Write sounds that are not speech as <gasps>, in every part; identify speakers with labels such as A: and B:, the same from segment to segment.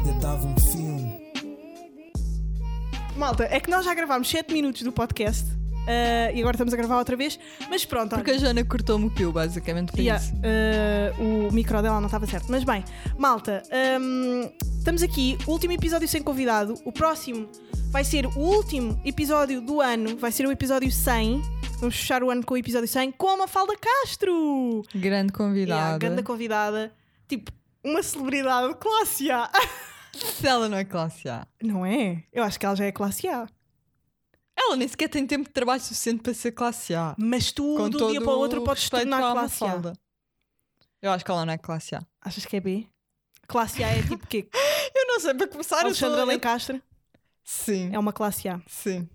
A: comentava um filme.
B: Malta, é que nós já gravámos 7 minutos do podcast ah, e agora estamos a gravar outra vez, mas pronto, olha.
C: Porque a Joana cortou-me o pio, basicamente, foi
B: Yeah,
C: isso.
B: eh, o micro dela não estava certo. Mas bem, malta, hum, estamos aqui, último episódio sem convidado. O próximo vai ser o último episódio do ano, vai ser o episódio 100. Vamos fechar o ano com o episódio 100 com a Mafalda Castro! Yeah,
C: Grande convidada.
B: grande convidada, tipo, uma celebridade de classe A.
C: Se ela <laughs> não é classe A.
B: Não é? Eu acho que ela já é classe A.
C: Ela nem sequer tem tempo de trabalho suficiente para ser classe A.
B: Mas tu,
C: Com
B: de um
C: todo
B: dia para o outro,
C: o
B: podes
C: respeito
B: tornar
C: à
B: classe A.
C: Mafalda. Eu acho que ela não é classe A.
B: Achas que é B? Classe A é tipo quê?
C: Eu não sei, <laughs> para começar, eu sou-
B: Alexandra Lencastre
C: Sim,
B: é uma classe A.
C: sim.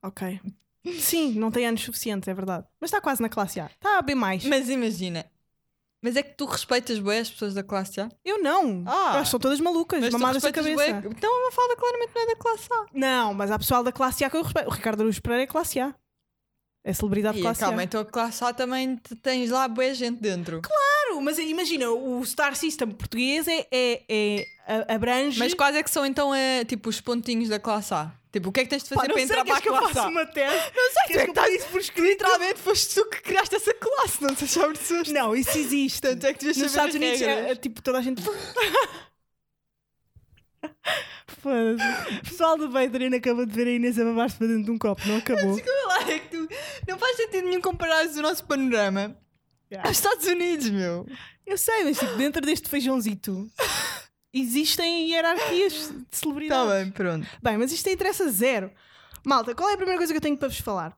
B: Ok. Sim, não tem anos suficientes, é verdade. Mas está quase na classe A. Está a B. Mais.
C: Mas imagina. Mas é que tu respeitas bem as pessoas da classe A?
B: Eu não.
C: Ah.
B: Elas são todas malucas,
C: Mas tu
B: mamadas na
C: respeitas
B: cabeça.
C: bué- Então a Mafalda claramente não é da classe A.
B: Não, mas há pessoal da classe A que eu respeito. O Ricardo Aruz Pereira é classe A. É celebridade
C: E,
B: classe
C: calma,
B: A.
C: então a classe A também te- tens lá boa gente dentro. Claro.
B: Claro, mas imagina, o Star System português é, é, é- a- abrange.
C: Mas quais é que são então é, tipo os pontinhos da classe A? Tipo, o que é que tens de fazer
B: Pá, não sei,
C: para entrar para
B: queres
C: a
B: que eu
C: classe
B: faça
C: A?
B: uma tese?
C: Não sei, é
B: Queres que eu
C: estás-
B: ponha isso por escrito?
C: Literalmente foste tu que criaste essa classe, não sei se já percebeste.
B: Não, isso existe.
C: Portanto, é que devias
B: Nos Estados
C: saber as
B: Unidos, é, é,
C: regras.
B: tipo, toda a
C: <laughs>
B: gente. Foda-se. O pessoal do Patreon acabou de ver a Inês a babar-se para dentro de um copo, não acabou?
C: Desculpa lá, é que tu não faz sentido nenhum comparares o nosso panorama
B: Yeah.
C: aos Estados Unidos, meu.
B: Eu sei, mas tipo, dentro deste feijãozito existem hierarquias de
C: Está
B: celebridade.
C: Tá bem, pronto.
B: Bem, mas isto interessa zero. Malta, qual é a primeira coisa que eu tenho para vos falar?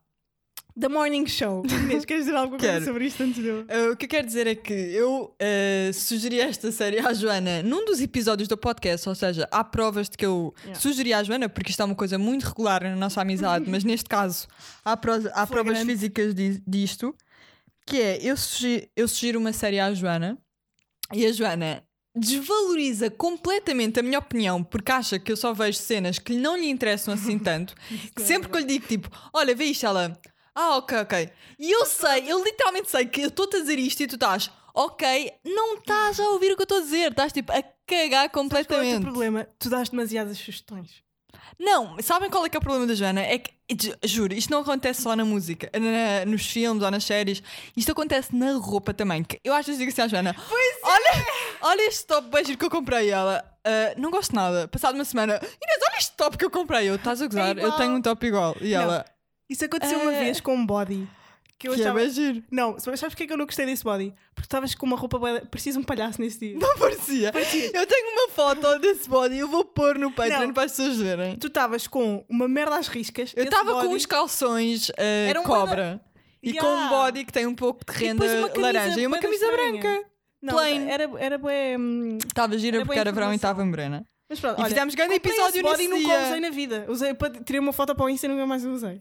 B: The Morning Show. Inês, queres dizer alguma coisa
C: Quero.
B: sobre isto antes de eu?
C: Uh, o que eu quero dizer é que eu uh, sugeri esta série à Joana num dos episódios do podcast, ou seja, há provas de que eu
B: Yeah.
C: sugeri à Joana, porque isto é uma coisa muito regular na nossa amizade, mas neste caso há, pro- há provas
B: Flagrante.
C: físicas di- disto, que é eu sugiro, eu sugiro uma série à Joana e a Joana desvaloriza completamente a minha opinião porque acha que eu só vejo cenas que não lhe
B: <laughs>
C: interessam assim tanto
B: é
C: que sempre que eu lhe digo tipo, olha, vê isto, ela ah, ok, ok. E eu sei, eu literalmente sei que eu estou-te a dizer isto e tu estás ok, não estás a ouvir o que eu estou a dizer, estás tipo a
B: Sabes qual é o
C: cagar
B: teu
C: completamente.
B: problema? Tu dás demasiadas sugestões.
C: Não, sabem qual é que é o problema da Joana? É que, ju- juro, isto não acontece só na música, na- nos filmes ou nas séries, isto acontece na roupa também. que eu às vezes digo assim à Joana:
B: é!
C: olha, olha este top bem giro que eu comprei. E Ela, "Ah, não gosto nada. Passado uma semana, Inês, olha este top que eu comprei. Eu, estás a gozar, eu
B: É igual."
C: tenho um top igual. E
B: Não,
C: ela,
B: Isso aconteceu uma
C: Ah.
B: vez com um body que eu
C: que é
B: achava.
C: bem giro.
B: Não, mas sabes porque é que eu não gostei desse body? Porque estavas com uma roupa bué- parecia um palhaço nesse dia.
C: Não parecia. Eu tenho uma foto desse body, eu vou pôr no Patreon
B: Não.
C: para as pessoas verem.
B: Tu estavas com uma merda às riscas.
C: Eu
B: esse
C: estava
B: body,
C: com uns calções ah,
B: Era um
C: cobra. E com um
B: Yeah.
C: body que tem um pouco de
B: E
C: renda
B: depois uma camisa
C: laranja e uma
B: bué da
C: camisa
B: estranha.
C: branca.
B: Não,
C: plain.
B: Era, era bué, hum,
C: Estava gira
B: Era boa
C: porque era verão e
B: informação.
C: estava morena.
B: Mas pronto,
C: E
B: olha,
C: fizemos grande
B: comprei
C: episódio
B: esse body e
C: nesse
B: nunca
C: dia.
B: usei na vida. Usei para tirei uma foto para o Insta e nunca mais usei.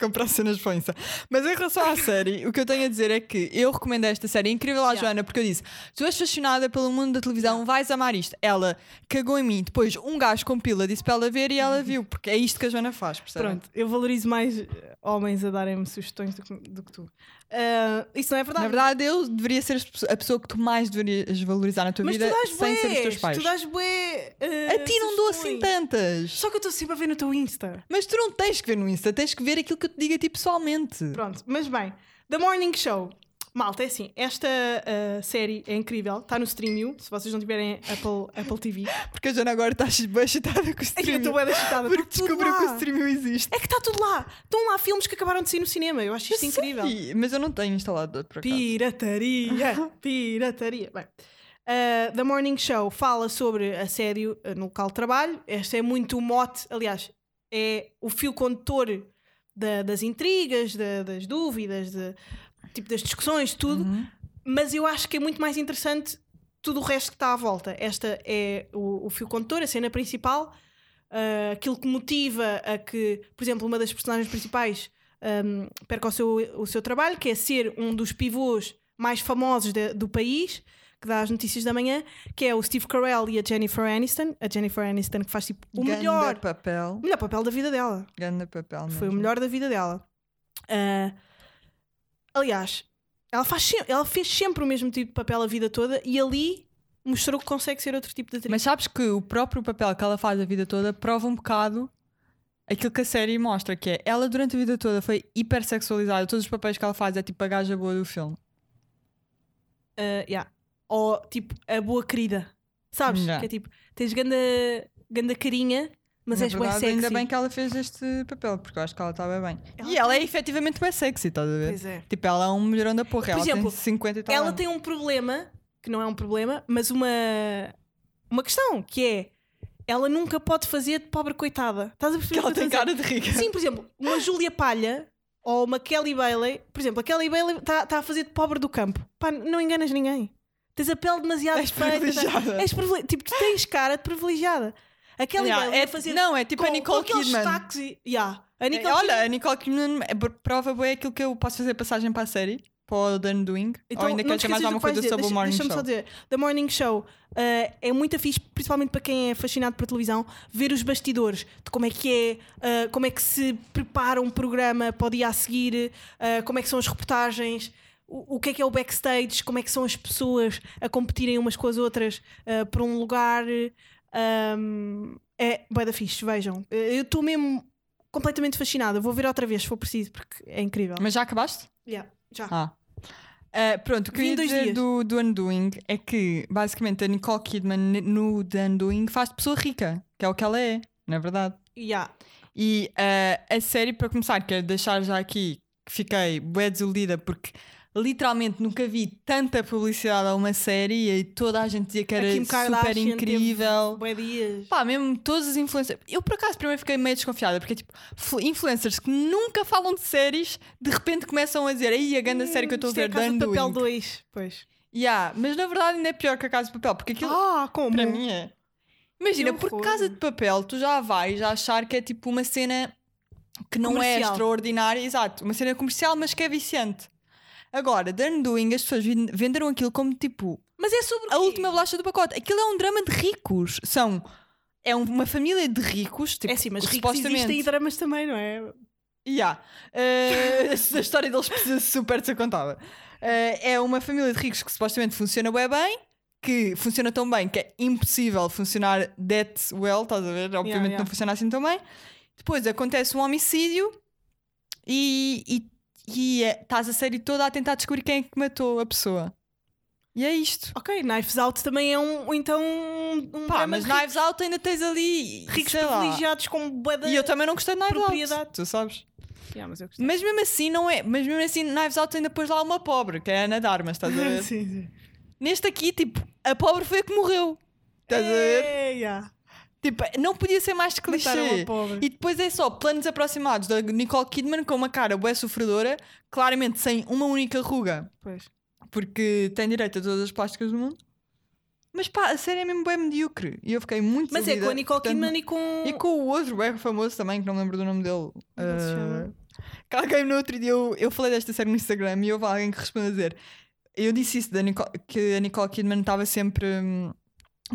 C: Comprar cenas de influência. Mas em relação à série, o que eu tenho a dizer é que eu recomendo esta série É incrível à
B: Yeah.
C: Joana, porque eu disse: tu és fascinada pelo mundo da televisão, vais amar isto. Ela cagou em mim. Depois um gajo com pila disse para ela ver e ela viu, porque é isto que a Joana faz, percebe?
B: Pronto, eu valorizo mais eh, homens a darem-me sugestões do que, do que tu. Ah, isso não é verdade.
C: Na verdade, eu deveria ser a pessoa que tu mais deverias valorizar na tua
B: mas tu
C: vida
B: dás
C: sem ser os
B: bué,
C: teus pais.
B: tu dás bué. eh,
C: A ti não dou assim
B: sugestões.
C: tantas.
B: Só que eu estou sempre a ver no teu Insta.
C: Mas tu não tens que ver no Insta, tens que ver aquilo que eu te digo a ti pessoalmente.
B: Pronto, mas bem, The Morning Show. Malta, é assim, esta ah, série é incrível, está no Streamio, se vocês não tiverem Apple, Apple
C: <laughs>
B: TV.
C: Porque a Joana agora está <laughs> bem excitada com o
B: Ai, eu
C: streaming.
B: estou bem excitada.
C: Porque
B: tá tudo
C: descobriu
B: lá.
C: que o streaming existe.
B: É que está tudo lá. Estão lá filmes que acabaram de sair no cinema. Eu
C: É
B: acho É isto incrível.
C: Sim, mas eu não tenho instalado outro por acaso. <laughs>
B: Pirataria, pirataria. Bem, ah, The Morning Show fala sobre assédio ah, no local de trabalho. Este é muito o mote, aliás, é o fio condutor da- das intrigas, da- das dúvidas, de- tipo, das discussões, de tudo.
C: Uhum.
B: Mas eu acho que é muito mais interessante tudo o resto que está à volta. Esta é o, o fio condutor, a cena principal, ah, aquilo que motiva a que, por exemplo, uma das personagens principais ahm, perca o seu, o seu trabalho, que é ser um dos pivôs mais famosos de- do país, que dá as notícias da manhã, que é o Steve Carell e a Jennifer Aniston. A Jennifer Aniston que faz tipo o
C: Ganda
B: melhor,
C: papel.
B: o melhor papel da vida dela.
C: Ganda papel.
B: Foi o
C: mesmo.
B: melhor da vida dela. Ah, aliás, ela, faz se- ela fez sempre o mesmo tipo de papel a vida toda e ali mostrou que consegue ser outro tipo de atriz.
C: Mas sabes que o próprio papel que ela faz a vida toda prova um bocado aquilo que a série mostra, que é ela durante a vida toda foi hipersexualizada, todos os papéis que ela faz é tipo a gaja boa do filme.
B: Ah, yeah. Ou tipo, a boa querida. Sabes?
C: Yeah.
B: Que é tipo, tens ganda, ganda carinha, mas
C: Na
B: és bué
C: verdade,
B: sexy.
C: Ainda bem que ela fez este papel, porque eu acho que ela estava bem.
B: Ela
C: e ela é efetivamente bem sexy, estás a ver?
B: Pois é.
C: Tipo, ela é um melhorão da porra.
B: Por
C: ela
B: exemplo,
C: tem 50 e tal.
B: Ela
C: anos.
B: tem um problema, que não é um problema, mas uma, uma questão, que é ela nunca pode fazer de pobre coitada. Estás a
C: Que
B: perceber? o
C: <laughs> ela
B: que eu
C: tem
B: estou a dizer?
C: cara de rica.
B: Sim, por exemplo, uma Júlia Palha ou uma Kelly Bailey, por exemplo, a Kelly Bailey está a fazer de pobre do campo. Pá, não enganas ninguém. Tens a pele demasiado
C: És
B: feita, tens-
C: privilegiada.
B: És privile- Tipo, tu tens cara de privilegiada. A Kelly
C: Yeah,
B: Bailey
C: é
B: a fazer
C: Não, é tipo
B: com,
C: a Nicole
B: com aqueles
C: Kidman.
B: sotaques e- Yeah. A
C: É,
B: Nicole
C: Olha, a Nicole Kidman é- prova bem aquilo que eu posso fazer passagem para a série, para o Dan Doing.
B: Então,
C: ou ainda
B: não
C: quero mais
B: esqueças do
C: alguma
B: que vais
C: coisa
B: dizer.
C: sobre o
B: Deixa-
C: Morning
B: deixa-me
C: Show.
B: só dizer, The Morning Show eh, é muito fixe, principalmente para quem é fascinado por televisão, ver os bastidores de como é que é, eh, como é que se prepara um programa para o dia a seguir, eh, como é que são as reportagens, o, o que é que é o backstage, como é que são as pessoas a competirem umas com as outras eh, por um lugar. eh, um, é bué da fixe, vejam. Eh, Eu estou mesmo completamente fascinada. Vou ver outra vez se for preciso, porque é incrível.
C: Mas já acabaste?
B: Yeah, já.
C: Ah. Ah, pronto, o que eu
B: Vi em
C: ia
B: dois
C: dizer
B: dias.
C: do, do Undoing é que basicamente a Nicole Kidman n- no The Undoing faz de pessoa rica, que é o que ela é, na verdade.
B: Yeah.
C: E ah, a série, para começar, quero deixar já aqui que fiquei bué desiludida porque literalmente nunca vi tanta publicidade a uma série e toda a gente dizia que
B: um A
C: era
B: Kim Kardashian
C: super
B: teve
C: incrível.
B: Bué dias.
C: Pá, mesmo todas as influencers. Eu por acaso primeiro fiquei meio desconfiada, porque é tipo, flu- influencers que nunca falam de séries, de repente começam a dizer, aí a grande série que eu estou a
B: Isto é
C: ver,
B: Casa de
C: dando.
B: Papel 2, pois.
C: Yeah, mas na verdade ainda é pior que a Casa de Papel, porque aquilo
B: ah, como?
C: para mim é. Imagina,
B: Que horror.
C: por Casa de Papel tu já vais a achar que é tipo uma cena que não é
B: Comercial.
C: extraordinária, exato, uma cena comercial, mas que é viciante. Agora, The Undoing, as pessoas vin- venderam aquilo como tipo
B: Mas é sobre o
C: a
B: quê?
C: última bolacha do pacote. Aquilo é um drama de ricos. São. É um- uma família de ricos. Tipo,
B: É sim, mas
C: que
B: ricos existem e dramas também, não é?
C: Yeah. Eh, <laughs> a história deles precisa super de ser contada. Eh, é uma família de ricos que supostamente funciona bué bem, que funciona tão bem que é impossível funcionar that well, estás a ver? Obviamente
B: yeah.
C: não funciona assim tão bem. Depois acontece um homicídio e, e, e eh, estás a série toda a tentar descobrir quem é que matou a pessoa. E é isto.
B: Ok, Knives Out também é um, então, um
C: Pá,
B: drama
C: mas
B: de
C: Knives Out ainda tens ali
B: ricos, ricos
C: sei lá.
B: privilegiados com bué de...
C: E eu também não gostei de Knives Out,
B: Propriedade.
C: tu sabes?
B: Yeah, mas eu gostei.
C: Mas mesmo assim não é, mas mesmo assim Knives Out ainda pôs lá uma pobre, que é a Ana Darmas, estás a
B: <laughs>
C: ver?
B: sim, sim.
C: Neste aqui, tipo, a pobre foi a que morreu. Estás a ver?
B: É, yeah.
C: Tipo, não podia ser mais
B: Mataram
C: clichê.
B: a pobre.
C: E depois é só planos aproximados da Nicole Kidman com uma cara bué sofredora, claramente sem uma única ruga,
B: Pois.
C: porque tem direito a todas as plásticas do mundo. Mas pá, a série é mesmo bem medíocre. E eu fiquei muito
B: Mas é com a
C: desiludida,
B: Nicole
C: portanto,
B: Kidman e com...
C: E com o outro bem famoso também, que não me lembro do nome dele.
B: Como é se
C: eh,
B: chama?
C: que alguém no outro dia eu, eu falei desta série no Instagram e houve alguém que respondeu a dizer. Eu disse isso da Nicole- que a Nicole Kidman estava sempre hum,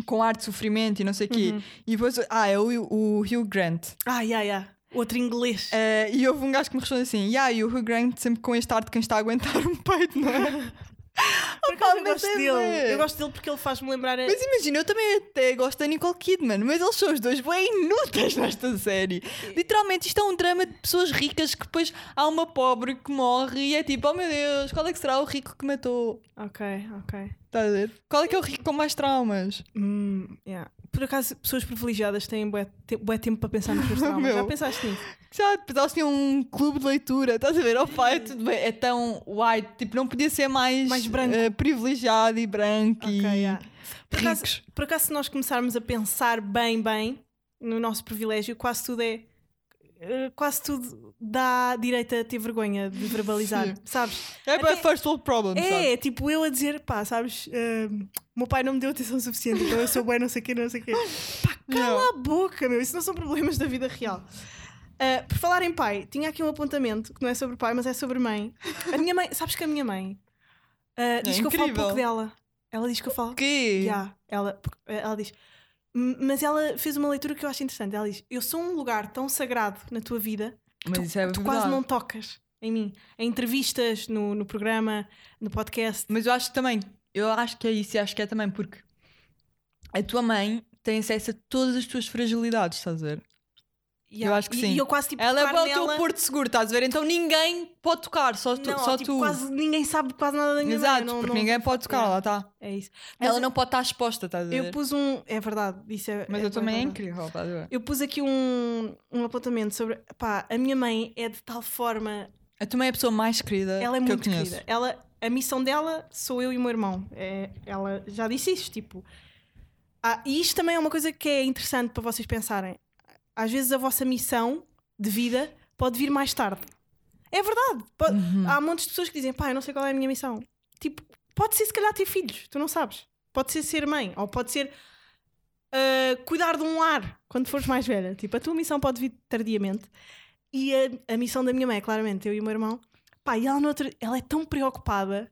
C: com ar de sofrimento e não sei o quê.
B: Uhum.
C: E depois, ah, é o, o Hugh Grant.
B: Ah, yeah, yeah. Outro inglês.
C: Eh, e houve um gajo que me respondeu assim: yeah, e o Hugh Grant sempre com este ar de quem está a aguentar um peito, não
B: <laughs>
C: é?
B: Por acaso
C: Opa,
B: eu
C: mas
B: gosto
C: é
B: dele.
C: bué.
B: Eu gosto dele porque ele faz-me lembrar... a-
C: Mas imagina, eu também até gosto da Nicole Kidman, mas eles são os dois bem inúteis <laughs> nesta série. Literalmente, isto é um drama de pessoas ricas que depois há uma pobre que morre e é tipo, oh meu Deus, qual é que será o rico que matou?
B: Ok, ok.
C: Estás a ver? Qual é que é o rico com mais traumas?
B: Hum, yeah. Por acaso, pessoas privilegiadas têm bué, te- bué tempo para pensar
C: <laughs>
B: nos seus traumas.
C: Oh, Meu.
B: Já pensaste nisso?
C: Já, depois eles tinham um clube de leitura, estás a ver? Oh pai, tudo bem, é tão white, tipo, não podia ser mais,
B: Mais branco.
C: eh, privilegiado e branco
B: Ok,
C: e
B: yeah. Por acaso,
C: ricos.
B: por acaso, se nós começarmos a pensar bem, bem no nosso privilégio, quase tudo é. eh, Quase tudo dá direito a ter vergonha de verbalizar,
C: Sim.
B: sabes?
C: É para
B: Até-
C: first world problems, sabe?
B: É, tipo eu a dizer, pá, sabes? eh, meu pai não me deu atenção suficiente, então eu sou bué, não sei o quê, não sei o
C: <laughs>
B: quê. Pá, cala
C: Yeah.
B: a boca, meu, isso não são problemas da vida real. Eh, por falar em pai, tinha aqui um apontamento que não é sobre pai, mas é sobre mãe. A minha mãe, sabes que a minha mãe eh, diz que eu falo
C: É incrível.
B: pouco dela. Ela diz que eu falo.
C: Que?
B: Yeah, ela, porque, eh, ela diz. "M- Mas ela fez uma leitura que eu acho interessante. Ela diz: Eu sou um lugar tão sagrado na tua vida
C: Mas isso é
B: que tu
C: verdade.
B: quase não tocas em mim. Em entrevistas, no, no programa, no podcast.
C: Mas eu acho que também, eu acho que é isso e acho que é também porque a tua mãe tem acesso a todas as tuas fragilidades, estás a ver?
B: Yeah.
C: acho que
B: E-
C: sim.
B: E eu quase tipo
C: Ela é
B: tocar
C: o teu
B: nela-
C: porto seguro, estás a ver? Então ninguém pode tocar, só tu.
B: Não,
C: só
B: tipo,
C: tu.
B: quase ninguém sabe quase nada da minha mãe.
C: Exato,
B: não- não-
C: porque ninguém pode tocar,
B: Yeah.
C: lá está.
B: É isso. Mas
C: Ela não pode estar exposta, estás a ver?
B: Eu pus um. É verdade, isso é.
C: Mas
B: é
C: eu também é
B: verdade.
C: incrível, estás a ver?
B: Eu pus aqui um, um apontamento sobre. Pá, a minha mãe é de tal forma.
C: A tua mãe é a pessoa mais querida
B: Ela é
C: que eu
B: muito
C: conheço. <laughs>
B: querida. Ela, a missão dela sou eu e o meu irmão. É, ela já disse isto, tipo. Ah, e isto também é uma coisa que é interessante para vocês pensarem. Às vezes a vossa missão de vida pode vir mais tarde. É verdade. po-
C: Uhum.
B: Há montes de pessoas que dizem, pá, eu não sei qual é a minha missão. Tipo, pode ser se calhar ter filhos, tu não sabes. Pode ser ser mãe, ou pode ser ah, cuidar de um lar quando fores mais velha. Tipo, a tua missão pode vir tardiamente. E a, a missão da minha mãe, é claramente, eu e o meu irmão, pá, e ela, no outro- ela é tão preocupada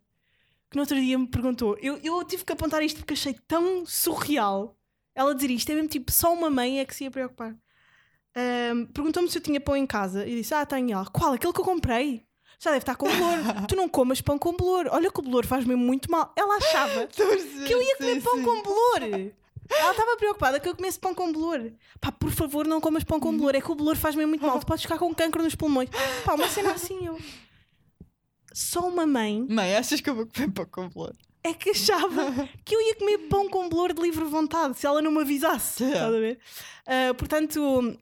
B: que no outro dia me perguntou. Eu, eu tive que apontar isto porque achei tão surreal ela dizer isto. É mesmo tipo, só uma mãe é que se ia preocupar. Ahm, Perguntou-me se eu tinha pão em casa e disse: Ah, tenho. E Ela, qual? Aquele que eu comprei? Já deve estar com bolor. tu não comas pão com bolor. Olha que o bolor faz mesmo muito mal. Ela achava que eu ia comer pão com bolor. Ela estava preocupada que eu comesse pão com bolor. Pá, por favor, não comas pão com bolor. É que o bolor faz mesmo muito mal. Tu podes ficar com cancro nos pulmões. Pá, uma cena assim eu. Só uma mãe
C: Mãe, achas que eu vou comer pão com flor?
B: é que achava que eu ia comer pão com bolor de livre vontade se ela não me avisasse.
C: Yeah.
B: Estás a ver? Ah, portanto,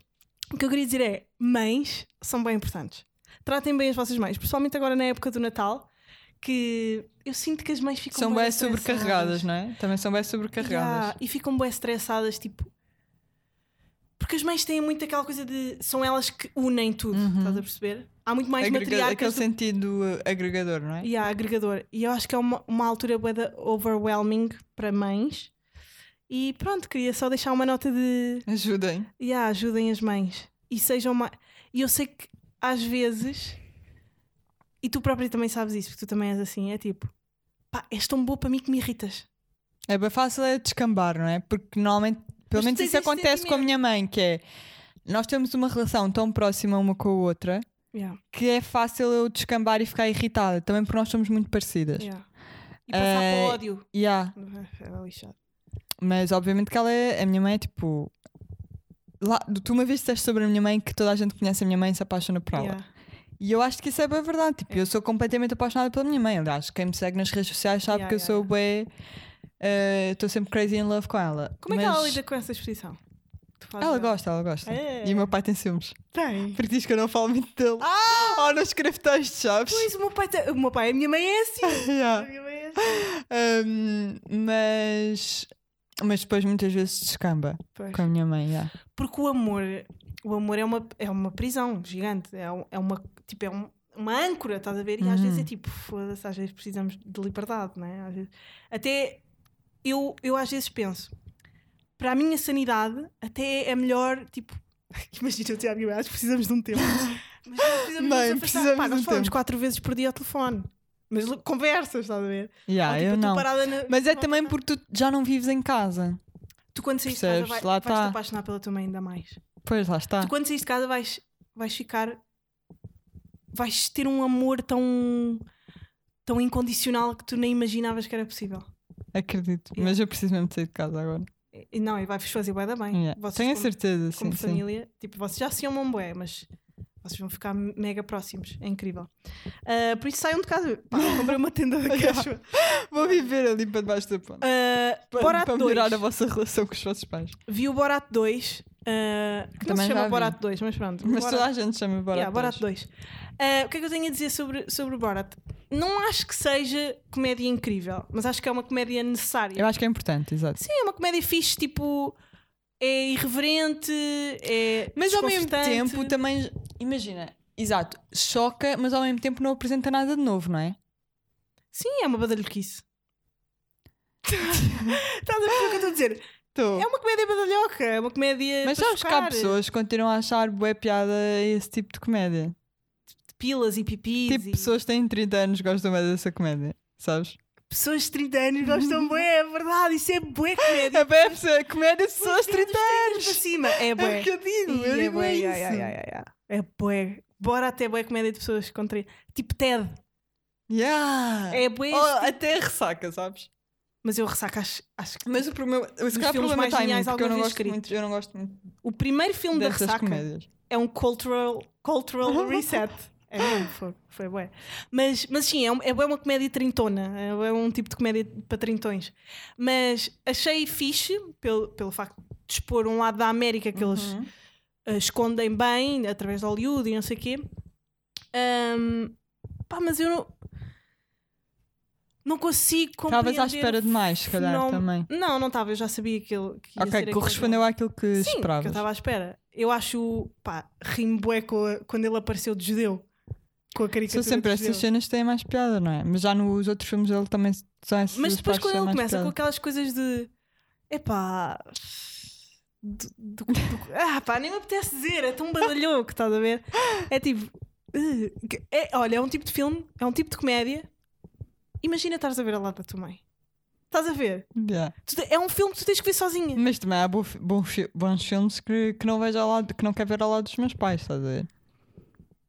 B: o que eu queria dizer é: mães são bem importantes. Tratem bem as vossas mães, principalmente agora na época do Natal, que eu sinto que as mães ficam
C: São bem
B: estressadas.
C: sobrecarregadas, não é? Também são bem
B: Yeah,
C: sobrecarregadas.
B: e ficam bem estressadas, tipo. Porque as mães têm muito aquela coisa de. São elas que unem tudo,
C: Uhum.
B: estás a perceber? Há muito mais
C: Agrega- Aquele
B: matriarcas do
C: sentido eh, agregador, não é?
B: e há agregador. E eu acho que é uma, uma altura bué da overwhelming para mães. E pronto, queria só deixar uma nota de
C: Ajudem.
B: e ah, ajudem as mães e sejam mais. E eu sei que às vezes, e tu própria também sabes isso, porque tu também és assim, é tipo, pá, és tão boa para mim que me irritas.
C: É bem fácil é descambar, não é? Porque normalmente,
B: Mas
C: pelo
B: tu
C: menos
B: tens
C: isso
B: esse
C: acontece com a minha mãe, que é nós temos uma relação tão próxima uma com a outra
B: Yeah,
C: que é fácil eu descambar e ficar irritada, também porque nós somos muito parecidas. Yeah.
B: yeah. E passar
C: Eh,
B: para o ódio. É lixado.
C: Mas obviamente que ela é, a minha mãe é tipo. Lá, tu uma vez disseste sobre a minha mãe que toda a gente que conhece a minha mãe e se apaixona por ela.
B: Yeah.
C: E eu acho que isso é bem verdade. Tipo, eu sou completamente apaixonada pela minha mãe. Aliás, quem me segue nas redes sociais sabe
B: Yeah,
C: que eu
B: yeah,
C: sou bué. eh, Estou sempre crazy in love com ela.
B: Como é que
C: Mas
B: ela lida com essa exposição? Tu fazes
C: Ela
B: nada.
C: gosta, ela gosta.
B: É.
C: E o meu pai tem ciúmes. <laughs>
B: Tem.
C: Porque diz que eu não falo muito dele. Ah! Ou não escrevo textos, sabes?
B: Pois, o meu pai, tem- o meu pai, a minha mãe é assim. <laughs> A
C: <laughs> Yeah.
B: minha mãe é assim.
C: Um, mas. Mas depois muitas vezes descamba
B: Pois.
C: com a minha mãe. yeah.
B: Porque o amor, o amor é uma, é uma prisão gigante, é, um- é uma, tipo, é um- uma âncora, estás a ver? E às
C: Uhum.
B: vezes é tipo, foda-se, às vezes precisamos de liberdade, não é? Às vezes- até eu, eu às vezes penso, para a minha sanidade, até é melhor, tipo, <laughs> imagina eu dizer à minha mãe, acho que precisamos de um
C: <laughs>
B: tempo. Mas nós precisamos
C: Mãe,
B: de nos afastar.
C: precisamos
B: Pá,
C: de
B: nós
C: um
B: falamos
C: tempo.
B: quatro vezes por dia ao telefone. Mas l- conversas, estás a ver?
C: Yeah,
B: Ou, tipo,
C: Ah, eu
B: tu
C: não.
B: parada na-
C: Mas é
B: não,
C: também
B: não.
C: porque tu já não vives em casa.
B: Tu quando saís de casa vai,
C: Percebes? Lá
B: vais te
C: tá.
B: apaixonar pela tua mãe ainda mais.
C: Pois lá está.
B: Tu quando saís de casa vais, vais ficar. Vais ter um amor tão. tão incondicional que tu nem imaginavas que era possível.
C: Acredito.
B: Yeah.
C: Mas eu preciso mesmo de sair de casa agora.
B: E não, e vai-vos fazer bué da bem.
C: Yeah.
B: Vocês
C: Tenho a
B: como-
C: certeza,
B: como
C: sim, sim.
B: família, tipo, vocês já se amam bué, mas vocês vão ficar mega próximos. É incrível. Ah, por isso saiam de casa. Pá, comprei uma tenda
C: <laughs>
B: da Quechua.
C: Vou viver ali para debaixo da ponte.
B: Ah,
C: Para,
B: Borat
C: para
B: 2.
C: melhorar a vossa relação com os vossos pais.
B: Vi o Borat 2. ah, que não
C: Também
B: se
C: já
B: chama
C: vi.
B: Borat 2, mas pronto.
C: Mas
B: Borat-
C: toda a gente chama Borat.
B: Yeah, Borat
C: dois.
B: 2. Ah, o que é que eu tenho a dizer sobre, sobre o Borat? Não acho que seja comédia incrível, mas acho que é uma comédia necessária.
C: Eu acho que é importante, exato.
B: Sim, é uma comédia fixe, tipo. É irreverente, é.
C: Mas ao mesmo
B: desconcertante.
C: tempo também, imagina, exato, choca, mas ao mesmo tempo não apresenta nada de novo, não é?
B: Sim, é uma badalhoquice. Estás a ver o que eu estou a dizer? <laughs> É uma comédia badalhoca, é uma comédia.
C: Mas
B: para
C: sabes que há
B: chocar.
C: pessoas que continuam a achar boa piada esse tipo de comédia.
B: Pilas e pipis.
C: Tipo,
B: e...
C: pessoas que têm 30 anos gostam mais dessa comédia, sabes?
B: pessoas de 30 anos gostam bué, é verdade, isso é bué comédia.
C: É bem a pessoa- comédia de pessoas de 30
B: anos para cima, é
C: anos. É
B: bué.
C: o que eu digo, eu
B: Ih,
C: digo
B: bué,
C: é
B: ya, ya, ya,
C: isso.
B: ya, ya. É bué. Bora até bué comédia de pessoas contra. Tipo Ted.
C: Yeah.
B: É bué.
C: Oh, ah. Ou até ressaca, sabes?
B: Mas eu ressaca, acho, acho que
C: Mas o problema, se calhar
B: filmes
C: o problema
B: mais
C: está em mim,
B: geniais
C: porque eu
B: alguma
C: não
B: vez
C: gosto
B: escritos.
C: muito, eu não gosto muito
B: o primeiro filme da
C: dessas
B: ressaca
C: comédias.
B: é um cultural,
C: <laughs>
B: cultural reset. É mesmo, foi, foi bué. Mas, mas sim, é, um- é bué uma comédia trintona, é bué um tipo de comédia para trintões. Mas achei fixe, pelo, pelo facto de expor um lado da América que eles
C: Uhum.
B: eh, escondem bem, né, através de Hollywood e não sei o quê. Ahm, pá, mas eu não, não consigo compreender...
C: Estavas à espera demais, se calhar,
B: fenómeno-
C: também.
B: Não, não estava, eu já sabia que ele... Que ia ser
C: Ok,
B: aquele-
C: correspondeu àquilo que
B: Sim, que eu
C: esperavas.
B: estava à espera. Eu acho, pá, rimo bué com a- quando ele apareceu de judeu. Com a
C: São
B: caricatura
C: sempre
B: de
C: essas
B: judeu.
C: cenas têm mais piada, não é? Mas já nos outros filmes ele também são essas
B: Mas depois
C: partes
B: quando
C: têm
B: ele
C: mais
B: começa com
C: piada.
B: aquelas coisas de... Epá... Do, do, <laughs> do- ah pá, nem me apetece dizer, é tão badalhoco, estás a ver? É tipo... uh, que- é- olha, é um tipo de filme, é um tipo de comédia. Imagina estares a ver a lata da tua mãe. Estás a ver?
C: Yeah.
B: Tu te- é um filme que tu tens que ver sozinha.
C: Mas também há bo- bom fi- bons filmes que, que não vejo ao lado, que não quero ver ao lado dos meus pais, estás a ver?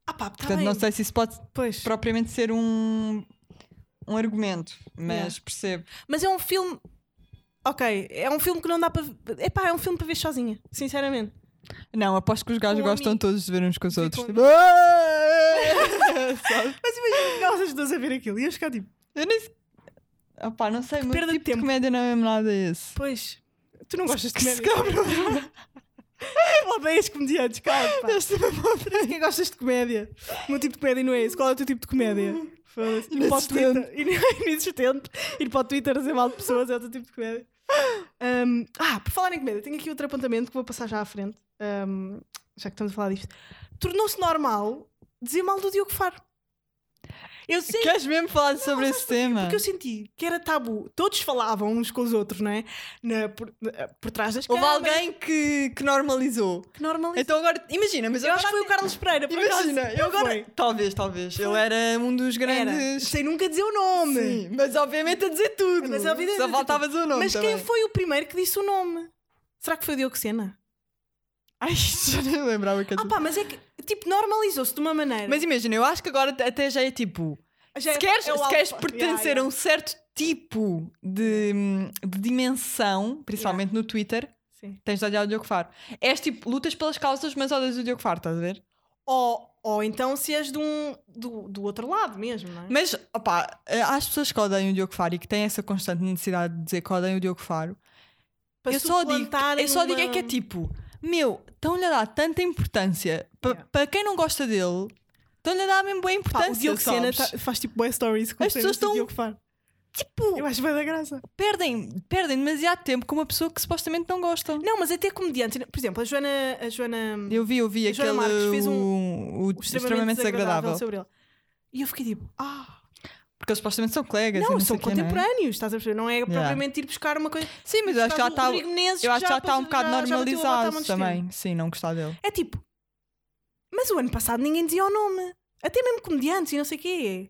B: Ah pá, tá
C: Portanto,
B: bem.
C: não sei se isso pode
B: Pois.
C: propriamente ser um, um argumento, mas percebo.
B: Mas é um filme. Ok, é um filme que não dá para. Epá, é um filme para ver sozinha, sinceramente.
C: Não, aposto que os gajos
B: Com
C: gostam
B: amigos.
C: todos de ver uns com os
B: Ver
C: outros.
B: com
C: Tipo, <laughs> Sabe?
B: Mas imagina que nós as duas a ver aquilo e eu ficar tipo,
C: Eu nem sei. Opá, não sei, mas
B: perda de
C: tipo de
B: tempo.
C: comédia não é mesmo nada esse.
B: pois, tu não gostas de
C: Que se
B: comédia. <laughs> Odeias comediantes,
C: <laughs>
B: calma. pá.
C: Esta é uma outra.
B: Quem gostas de comédia? O meu tipo de comédia não é esse. Qual é o teu tipo de comédia?
C: Hum.
B: Foda-se. Ir para o Twitter. <laughs> Inexistente. Ir para o Twitter a dizer mal de pessoas é o teu tipo de comédia. Ahm, ah, por falar em comédia, tenho aqui outro apontamento que vou passar já à frente. Ahm, já que estamos a falar disto. Tornou-se normal dizer mal do Diogo Faro. Eu sei
C: Queres mesmo falar sobre esse tema?
B: porque eu senti que era tabu. Todos falavam uns com os outros, não é? Na- por, na- por trás das
C: Houve
B: câmaras.
C: alguém que, que normalizou.
B: que normaliza.
C: Então agora, imagina, mas
B: eu
C: agora
B: acho que foi o Carlos Pereira. por acaso.
C: Imagina, eu
B: Não
C: agora.
B: foi?
C: Talvez, talvez. Ele era um dos
B: Era,
C: grandes.
B: sem nunca dizer o nome.
C: Sim, mas obviamente a dizer tudo.
B: Mas obviamente a
C: Só
B: dizer
C: faltava dizer o nome.
B: Mas
C: também.
B: quem foi o primeiro que disse o nome? Será que foi o Diogo Sena?
C: Ai, <laughs> já nem lembrava que
B: Ah pá, mas é que, tipo, normalizou-se de uma maneira.
C: Uhum. Mas imagina, eu acho que agora até já é tipo.
B: Já é-
C: se queres,
B: é o
C: se queres
B: alfa.
C: pertencer
B: Yeah,
C: a um certo tipo de, de dimensão, principalmente no Twitter,
B: yeah. Sim.
C: tens de odiar o Diogo Faro. És tipo, lutas pelas causas, mas odeias o Diogo Faro, estás a ver?
B: Ou, ou então se és de um, do, do outro lado mesmo, não é?
C: Mas, opá, há as pessoas que odeiam o Diogo Faro e que têm essa constante necessidade de dizer que odeiam o Diogo Faro.
B: Para
C: eu só digo,
B: suplantarem
C: eu só digo é
B: uma-
C: que é tipo, meu, estão-lhe a dar tanta importância. Pa- Para
B: Yeah.
C: quem não gosta dele, estão-lhe a dar mesmo boa
B: Pá, o
C: importância.
B: Diogo Sena
C: sabes?
B: tá- faz tipo boas stories com
C: As
B: cenas
C: pessoas
B: do
C: tão-
B: Diogo Faro.
C: Tipo,
B: Eu acho bem da graça.
C: perdem, perdem demasiado tempo com uma pessoa que supostamente não gostam.
B: Não, mas até comediante. Por exemplo, a Joana, a Joana
C: Eu vi, eu vi
B: A
C: aquele.
B: Joana Marques fez
C: o, o
B: o
C: extremamente,
B: desagradável
C: desagradável.
B: sobre ele. E eu fiquei tipo, ah,
C: Porque eles supostamente são colegas. e
B: não,
C: sei
B: são
C: o quê, não é?
B: contemporâneos, estás a perceber? Não é propriamente ir buscar uma coisa.
C: Sim, mas eu acho que já
B: Buscar
C: está.
B: o Rodrigo Menezes,
C: Eu acho que já
B: já
C: está
B: passou-
C: um bocado
B: já- já bateu a bota há
C: normalizado
B: montes de
C: também. Sim, não gostar dele.
B: É tipo, mas o ano passado ninguém dizia o nome. Até mesmo comediantes e não sei o quê.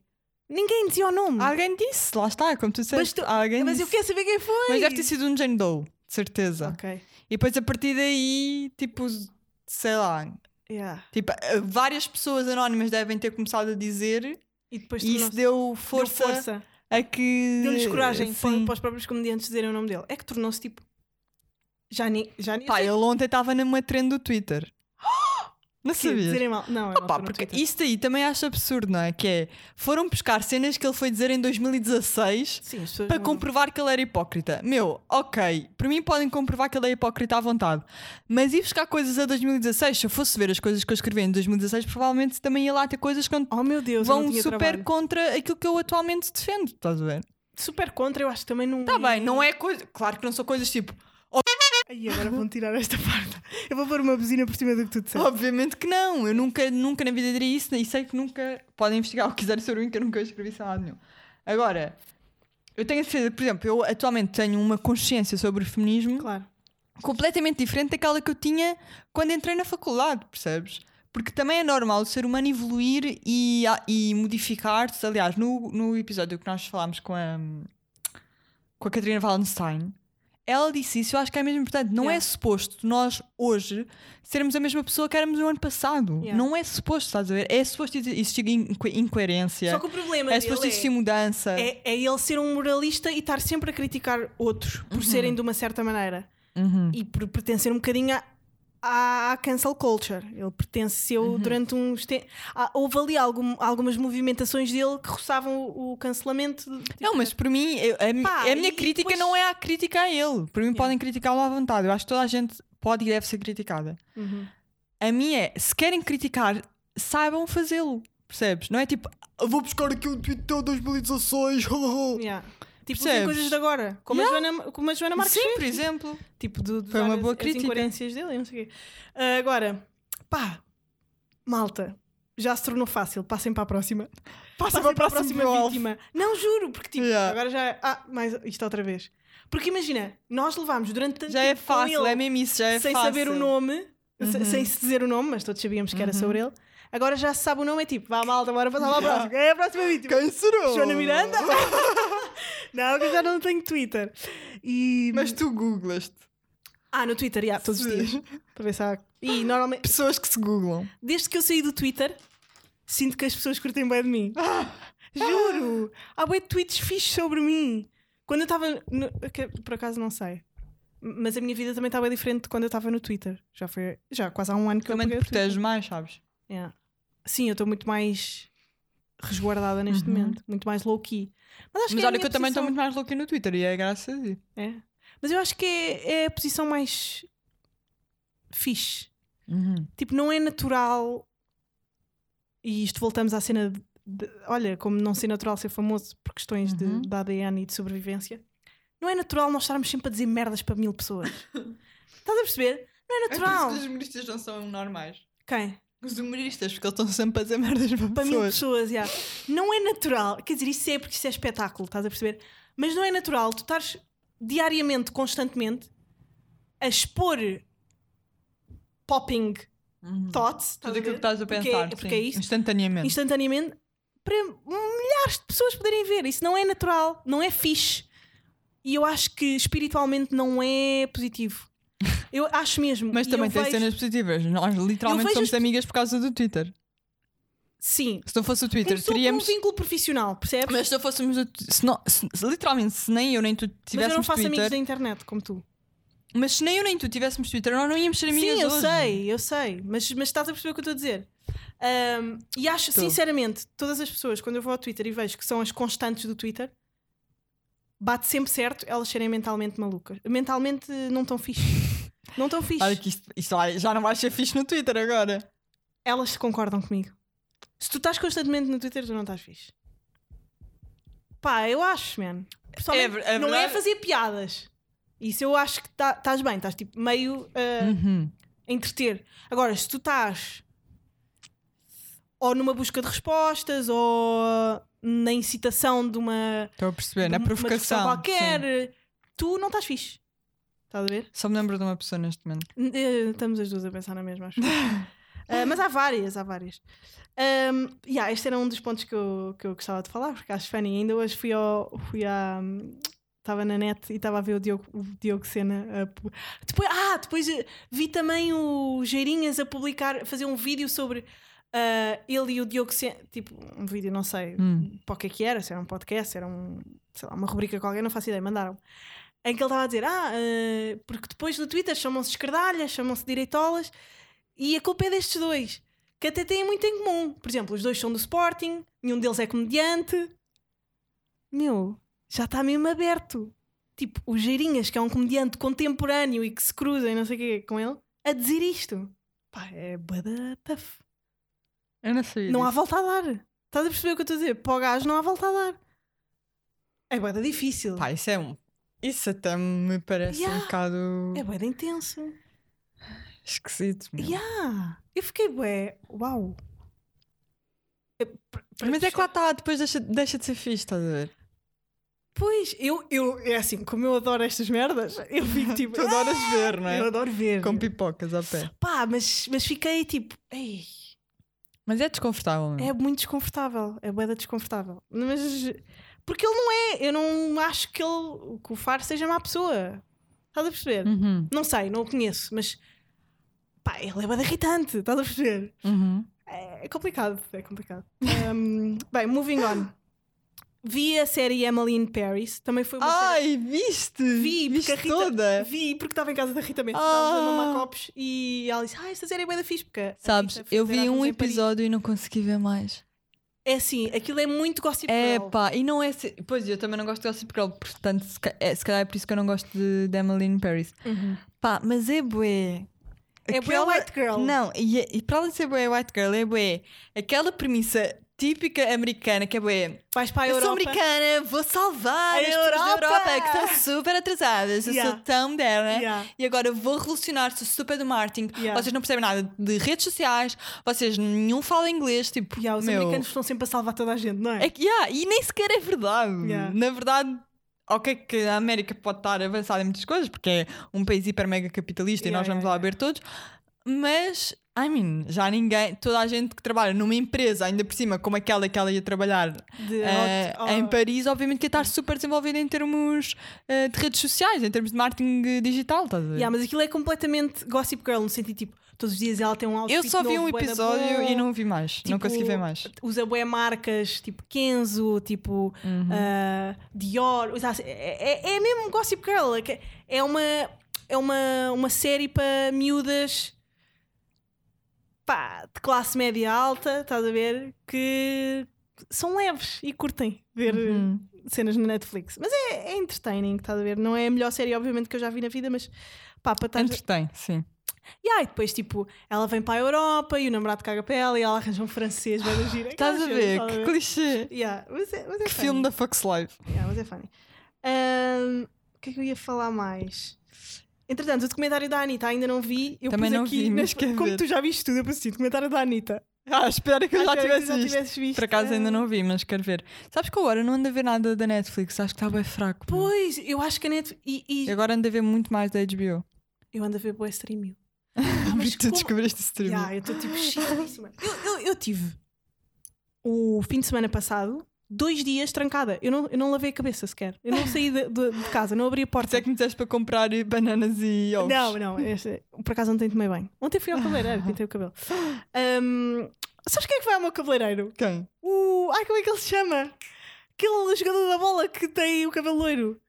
B: Ninguém dizia o nome.
C: Alguém disse, lá está, como tu disseste.
B: Hum. Mas tu-
C: alguém
B: mas
C: disse.
B: eu quero saber quem foi.
C: Mas deve ter sido um Jane Doe, de certeza.
B: Ok.
C: E depois a partir daí, tipo, sei lá.
B: Yeah.
C: Tipo, eh, várias pessoas anónimas devem ter começado a dizer
B: E depois
C: e isso
B: tornou-se-
C: deu
B: deu
C: força, a que.
B: Deu-lhes coragem para,
C: Sim.
B: para os próprios comediantes dizerem o nome dele. É que tornou-se tipo. Já nem. Já nem
C: Pá, ele ontem estava numa trend
B: <gasps>
C: do Twitter. Não
B: sei o quê,
C: sabias?
B: dizerem mal. Não, é
C: Opa, porque isso daí também acho absurdo, não é? Que é, foram buscar cenas que ele foi dizer em 2016
B: Sim, as pessoas
C: para
B: não-
C: comprovar que ele era hipócrita. Meu, ok, por mim podem comprovar que ele é hipócrita à vontade, mas ir buscar coisas a 2016, se eu fosse ver as coisas que eu escrevi em 2016, provavelmente também ia lá ter coisas que não
B: Oh meu Deus, eu não
C: vão
B: tinha
C: super
B: trabalho.
C: contra aquilo que eu atualmente defendo, estás a ver?
B: super contra, eu acho que também não.
C: Tá bem, não é coisa. Claro que não são coisas tipo.
B: Ai, agora vão tirar esta <laughs> parte. Eu vou pôr uma buzina por cima do que tu disseste.
C: Obviamente que não, eu nunca, nunca na vida diria isso e sei que nunca. Podem investigar o que quiserem sobre mim, que eu nunca escrevi isso a lado nenhum. Agora, eu tenho a certeza, por exemplo, eu atualmente tenho uma consciência sobre o feminismo
B: Claro.
C: completamente diferente daquela que eu tinha quando entrei na faculdade, percebes? Porque também é normal o ser humano evoluir e, a- e modificar-se. Aliás, no, no episódio que nós falámos com a, com a Catarina Wallenstein, Ela disse isso, eu acho que é mesmo importante. Não é
B: Yeah.
C: suposto nós hoje sermos a mesma pessoa que éramos no ano passado.
B: Yeah.
C: Não é suposto, estás a ver? É suposto existir inco- incoerência.
B: Só que o problema
C: É
B: dele
C: suposto existir mudança.
B: é, é ele ser um moralista e estar sempre a criticar outros por serem de uma certa maneira
C: Uhum.
B: e por pertencer um bocadinho à- à, à cancel culture. Ele pertenceu
C: Uhum.
B: durante uns tempos. Houve ali algum- algumas movimentações dele que roçavam o, o cancelamento. de- tipo,
C: Não, mas por mim, eu- a, mi-
B: Pá,
C: a minha
B: e
C: crítica
B: depois-
C: não é a crítica a ele. Por mim, podem criticá-lo à vontade. Eu acho que toda a gente pode e deve ser criticada.
B: Uhum.
C: A minha é, se querem criticar, saibam fazê-lo. Percebes? Não é tipo, "Ah, vou buscar aqui um tweet teu de 2016. <laughs> ho, ho, ho."
B: Yeah. Tipo, usem
C: Percebes?
B: coisas de agora, como, a, Joana, como a Joana Marques
C: Sim,
B: fez.
C: por exemplo.
B: Tipo, de, de
C: Foi uma
B: várias-
C: boa
B: as
C: crítica.
B: incoerências dele e não sei o quê. Ah, agora, pá, malta, já se tornou fácil, passem para a próxima. Passem
C: Passa
B: para a próxima vítima. Não, juro, porque tipo,
C: Yeah.
B: agora já é. Ah, mais isto outra vez. Porque imagina, nós levámos durante tanto
C: Já é
B: tempo Tipo, com
C: fácil,
B: ele,
C: é mesmo isso, já é
B: sem
C: fácil. Uhum.
B: saber o nome, se- sem se dizer o nome, mas todos sabíamos que era sobre ele. Agora já se sabe o nome, é tipo, vá malta, bora passar para a
C: Yeah.
B: próxima. É a próxima vítima.
C: Quem será?
B: Joana
C: <laughs>
B: Miranda? <laughs> não, que eu já não tenho Twitter. E...
C: Mas tu googlaste.
B: Ah, no Twitter, já, todos os
C: Sim.
B: dias. Para ver se há... E normalmente,
C: Pessoas que se googlam.
B: desde que eu saí do Twitter, sinto que as pessoas curtem bem de mim.
C: Ah!
B: Juro! Há bem tweets fixes sobre mim. Quando eu estava. no- que- Por acaso não sei. Mas a minha vida também estava diferente de quando eu estava no Twitter. Já foi. Já quase há um ano que
C: Também
B: eu
C: te
B: peguei o Twitter.
C: proteges mais, sabes?
B: Yeah. Sim, eu estou muito mais resguardada neste
C: Uhum.
B: momento. Muito mais low-key. Mas, acho
C: Mas
B: é a
C: olha que
B: minha
C: eu também
B: posição-
C: estou muito mais louca no Twitter e é graças a Deus.
B: É. Mas eu acho que é, é a posição mais fixe.
C: Uhum.
B: Tipo, não é natural. E isto voltamos à cena de, de- olha, como não ser natural ser famoso por questões
C: Uhum.
B: de, de ADN e de sobrevivência. Não é natural nós estarmos sempre a dizer merdas para mil
C: <laughs>
B: pessoas. Estás a perceber? Não é natural.
C: os humoristas não são normais.
B: Quem?
C: Os humoristas, porque eles estão sempre a dizer merdas para,
B: Para mil
C: pessoas.
B: pessoas, já. Não é natural. Quer dizer, isso é porque isso é espetáculo, estás a perceber? Mas não é natural tu estares diariamente, constantemente, a expor popping
C: Uhum.
B: thoughts. estás
C: Tudo
B: a
C: aquilo que
B: ver?
C: estás a
B: Porque é-
C: pensar.
B: Porque,
C: sim.
B: é isto.
C: Instantaneamente.
B: instantaneamente para milhares de pessoas poderem ver. Isso não é natural, não é fixe. E eu acho que espiritualmente não é
C: <laughs>
B: positivo. Eu acho mesmo.
C: Mas
B: E
C: também
B: eu
C: tem
B: vejo-
C: cenas positivas. Nós
B: Eu
C: literalmente
B: vejo
C: somos
B: as-
C: amigas por causa do Twitter.
B: Sim.
C: Se não fosse o Twitter,
B: Começou
C: teríamos.
B: por um vínculo profissional, percebes?
C: Mas se não fôssemos. o tu- Se não- se- se literalmente, se nem eu nem tu
B: Mas eu não
C: tivéssemos
B: faço amigos
C: Twitter.
B: da internet como tu.
C: Mas se nem eu nem tu tivéssemos Twitter, nós não íamos ser amigas
B: Sim, eu
C: hoje.
B: sei, eu sei. Mas, mas estás a perceber o que eu estou a dizer. Ahm, e acho,
C: Estou.
B: sinceramente, todas as pessoas, quando eu vou ao Twitter e vejo que são as constantes do Twitter, bate sempre certo elas serem mentalmente malucas. Mentalmente não tão
C: <laughs>
B: fixe. Não tão fixe.
C: Olha que isto, isto vai- já não vais ser fixe no Twitter agora.
B: Elas concordam comigo. Se tu estás constantemente no Twitter, tu não estás fixe. Pá, eu acho, man. Pessoalmente,
C: É ver- é
B: não é
C: verdade.
B: fazer piadas. Isso eu acho que tá- estás bem, estás tipo meio. ah,
C: Uhum.
B: entreter. Agora, se tu estás ou numa busca de respostas ou na incitação de uma,
C: Estou a perceber,
B: de
C: É, na
B: uma discussão
C: provocação.
B: qualquer,
C: sim.
B: tu não estás fixe. Estás a ver?
C: Só me lembro de uma pessoa neste momento.
B: N- eh, Estamos as duas a pensar na mesma, acho. Ah, mas há várias, há várias. Ahm, yeah, este era um dos pontos que eu, que eu gostava de falar, porque acho funny. Ainda hoje fui, ao, fui à. Estava na net e estava a ver o Diogo, o Diogo Sena. a pu- depois, ah, depois eh, vi também o Geirinhas a publicar, a fazer um vídeo sobre ah, ele e o Diogo Sena. Tipo, um vídeo, não sei
C: Hum.
B: para o que é que era, se era um podcast, se era um, sei lá, uma rubrica qualquer, não faço ideia, mandaram. Em que ele estava a dizer, ah, eh, porque depois do Twitter chamam-se escardalhas, chamam-se direitolas, e a culpa é destes dois, que até têm muito em comum. Por exemplo, os dois são do Sporting, nenhum deles é comediante. Meu, já está mesmo aberto. Tipo, o Geirinhas, que é um comediante contemporâneo e que se cruza e não sei o quê com ele, a dizer isto. Pá, é bada tough.
C: Eu não sabia.
B: Não há
C: disso.
B: volta a dar. Estás a perceber o que eu estou a dizer? Para o gajo não há volta a dar. É boeda difícil.
C: Pá, isso é um. Isso até me parece um
B: Yeah.
C: bocado
B: É boeda intenso.
C: esquisito. meu.
B: Yeah. Eu fiquei bué. Uau. É, pra- pra-
C: Mas é que lá está, depois deixa, deixa de ser fixe, estás a ver?
B: Pois, eu, eu, é assim, como eu adoro estas merdas, eu
C: <laughs>
B: fico tipo.
C: Tu adoras ver, não
B: "Ah, Eu
C: é?
B: adoro ver.
C: Com pipocas ao pé.
B: Pá, mas, mas fiquei tipo. Ei,
C: Mas é desconfortável, não
B: é muito desconfortável. É boeda desconfortável. Mas. Porque ele não é. Eu não acho que, ele, que o Faro seja má pessoa. Estás a perceber?
C: Uhum,
B: Não sei, não o conheço, mas pá, ele é bada irritante, estás a perceber?
C: uhum.
B: É complicado, é
C: <laughs>
B: complicado. Hum, bem, moving on. Vi a série Emily in Paris, também foi uma série.
C: Ai, viste?
B: Vi, porque a
C: viste
B: Rita-
C: toda.
B: Vi porque estava em casa da Rita Mesa,
C: Ah.
B: estávamos a mamar copos e ela disse: Ah, esta série é bem da fixe. Porque a
C: Sabes,
B: Rita foi
C: eu
B: ter
C: vi
B: Erasmus
C: um
B: em Paris.
C: episódio e não consegui ver mais.
B: É assim, aquilo é muito gossip
C: É
B: girl.
C: pá, e não é. se- Pois, eu também não gosto de Gossip Girl, portanto, se, ca- é, se calhar é por isso que eu não gosto de, de Emily in Paris.
B: Uhum.
C: Pá, mas é bué.
B: É bué white girl.
C: Não, e, é- e para além de ser bué white girl, é bué. Aquela premissa típica americana que é bué.
B: Vais para a
C: eu sou
B: Europa.
C: americana, vou salvar
B: A
C: as pessoas da
B: Europa!
C: Europa que estão super atrasadas. Eu
B: Yeah.
C: sou tão moderna.
B: Yeah.
C: E agora eu vou revolucionar, sou super do marketing.
B: Yeah.
C: Vocês não percebem nada de redes sociais, vocês nenhum fala inglês. Tipo,
B: Yeah, os
C: meu,
B: americanos estão sempre a salvar toda a gente, não é?
C: é que, yeah, e nem sequer é verdade.
B: Yeah.
C: Na verdade, ok, que a América pode estar avançada em muitas coisas, porque é um país hiper mega capitalista e
B: Yeah,
C: nós vamos
B: yeah,
C: lá
B: yeah.
C: ver todos, mas, I mean, já ninguém, toda a gente que trabalha numa empresa, ainda por cima, como aquela que ela ia trabalhar
B: De
C: eh,
B: hot-
C: em
B: hot-
C: Paris, obviamente que ia estar super desenvolvida em termos eh, de redes sociais, em termos de marketing eh, digital, estás a ver?
B: Yeah, mas aquilo é completamente gossip girl, no sentido tipo, todos os dias ela tem um outfit
C: Eu só vi
B: novo,
C: um
B: bué da
C: episódio
B: bom,
C: e não vi mais, não
B: tipo,
C: consegui ver mais.
B: Usa bué marcas tipo Kenzo, tipo
C: Uhum.
B: ah, Dior, usa assim- é, é, é mesmo gossip girl. é que- É uma, é uma, uma série para miúdas pá, de classe média alta, estás a ver? Que são leves e curtem ver
C: Uhum.
B: cenas na Netflix. Mas é, é entertaining, estás a ver? Não é a melhor série, obviamente, que eu já vi na vida, mas pá, para estar.
C: Entretém, sim.
B: E aí, depois, tipo, ela vem para a Europa e o namorado caga para ela e ela arranja um francês, vai na gira.
C: <laughs> Estás a
B: Aquelas cenas,
C: ver? Que
B: estás a ver?
C: clichê.
B: Yeah, mas é, mas é
C: Que filme da Fox Live.
B: Yeah, mas é funny. Ahm, o que é que eu ia falar mais? Entretanto, o documentário da Anitta ainda não vi. Eu
C: Também
B: pus
C: não
B: aqui,
C: vi, mas
B: nas-
C: quer
B: como
C: ver.
B: tu já viste tudo, eu pus assim, documentário da Anitta.
C: Ah, espero que eu <laughs> já
B: Acho que
C: tivesse
B: já
C: visto.
B: tivesses visto.
C: Por acaso ainda
B: Ah,
C: não vi, mas quero ver. Sabes que eu agora não ando a ver nada da Netflix, acho que está bem fraco. meu.
B: Pois, eu acho que a Netflix... E, e-
C: Eu Agora ando a ver muito mais da HBO.
B: Eu ando a ver boa
C: <laughs>
B: streaming.
C: Vi
B: Ah, mas
C: que tu
B: como-
C: descobriste esse streaming.
B: Yeah, eu estou <laughs> tipo cheiríssima. Eu, eu, eu tive o fim de semana passado dois dias trancada. Eu não, eu não lavei a cabeça sequer. Eu não saí de, de- de casa, não abri a
C: Por isso
B: porta.
C: é que me disseste para comprar eh, bananas e ovos.
B: Não, não, este- por acaso ontem tomei bem. Ontem fui ao <laughs> cabeleireiro, pintei o cabelo. Ahm, sabes quem é que vai ao meu cabeleireiro?
C: Quem?
B: O. Ai, como é que ele se chama? Aquele jogador da bola que tem o cabelo loiro.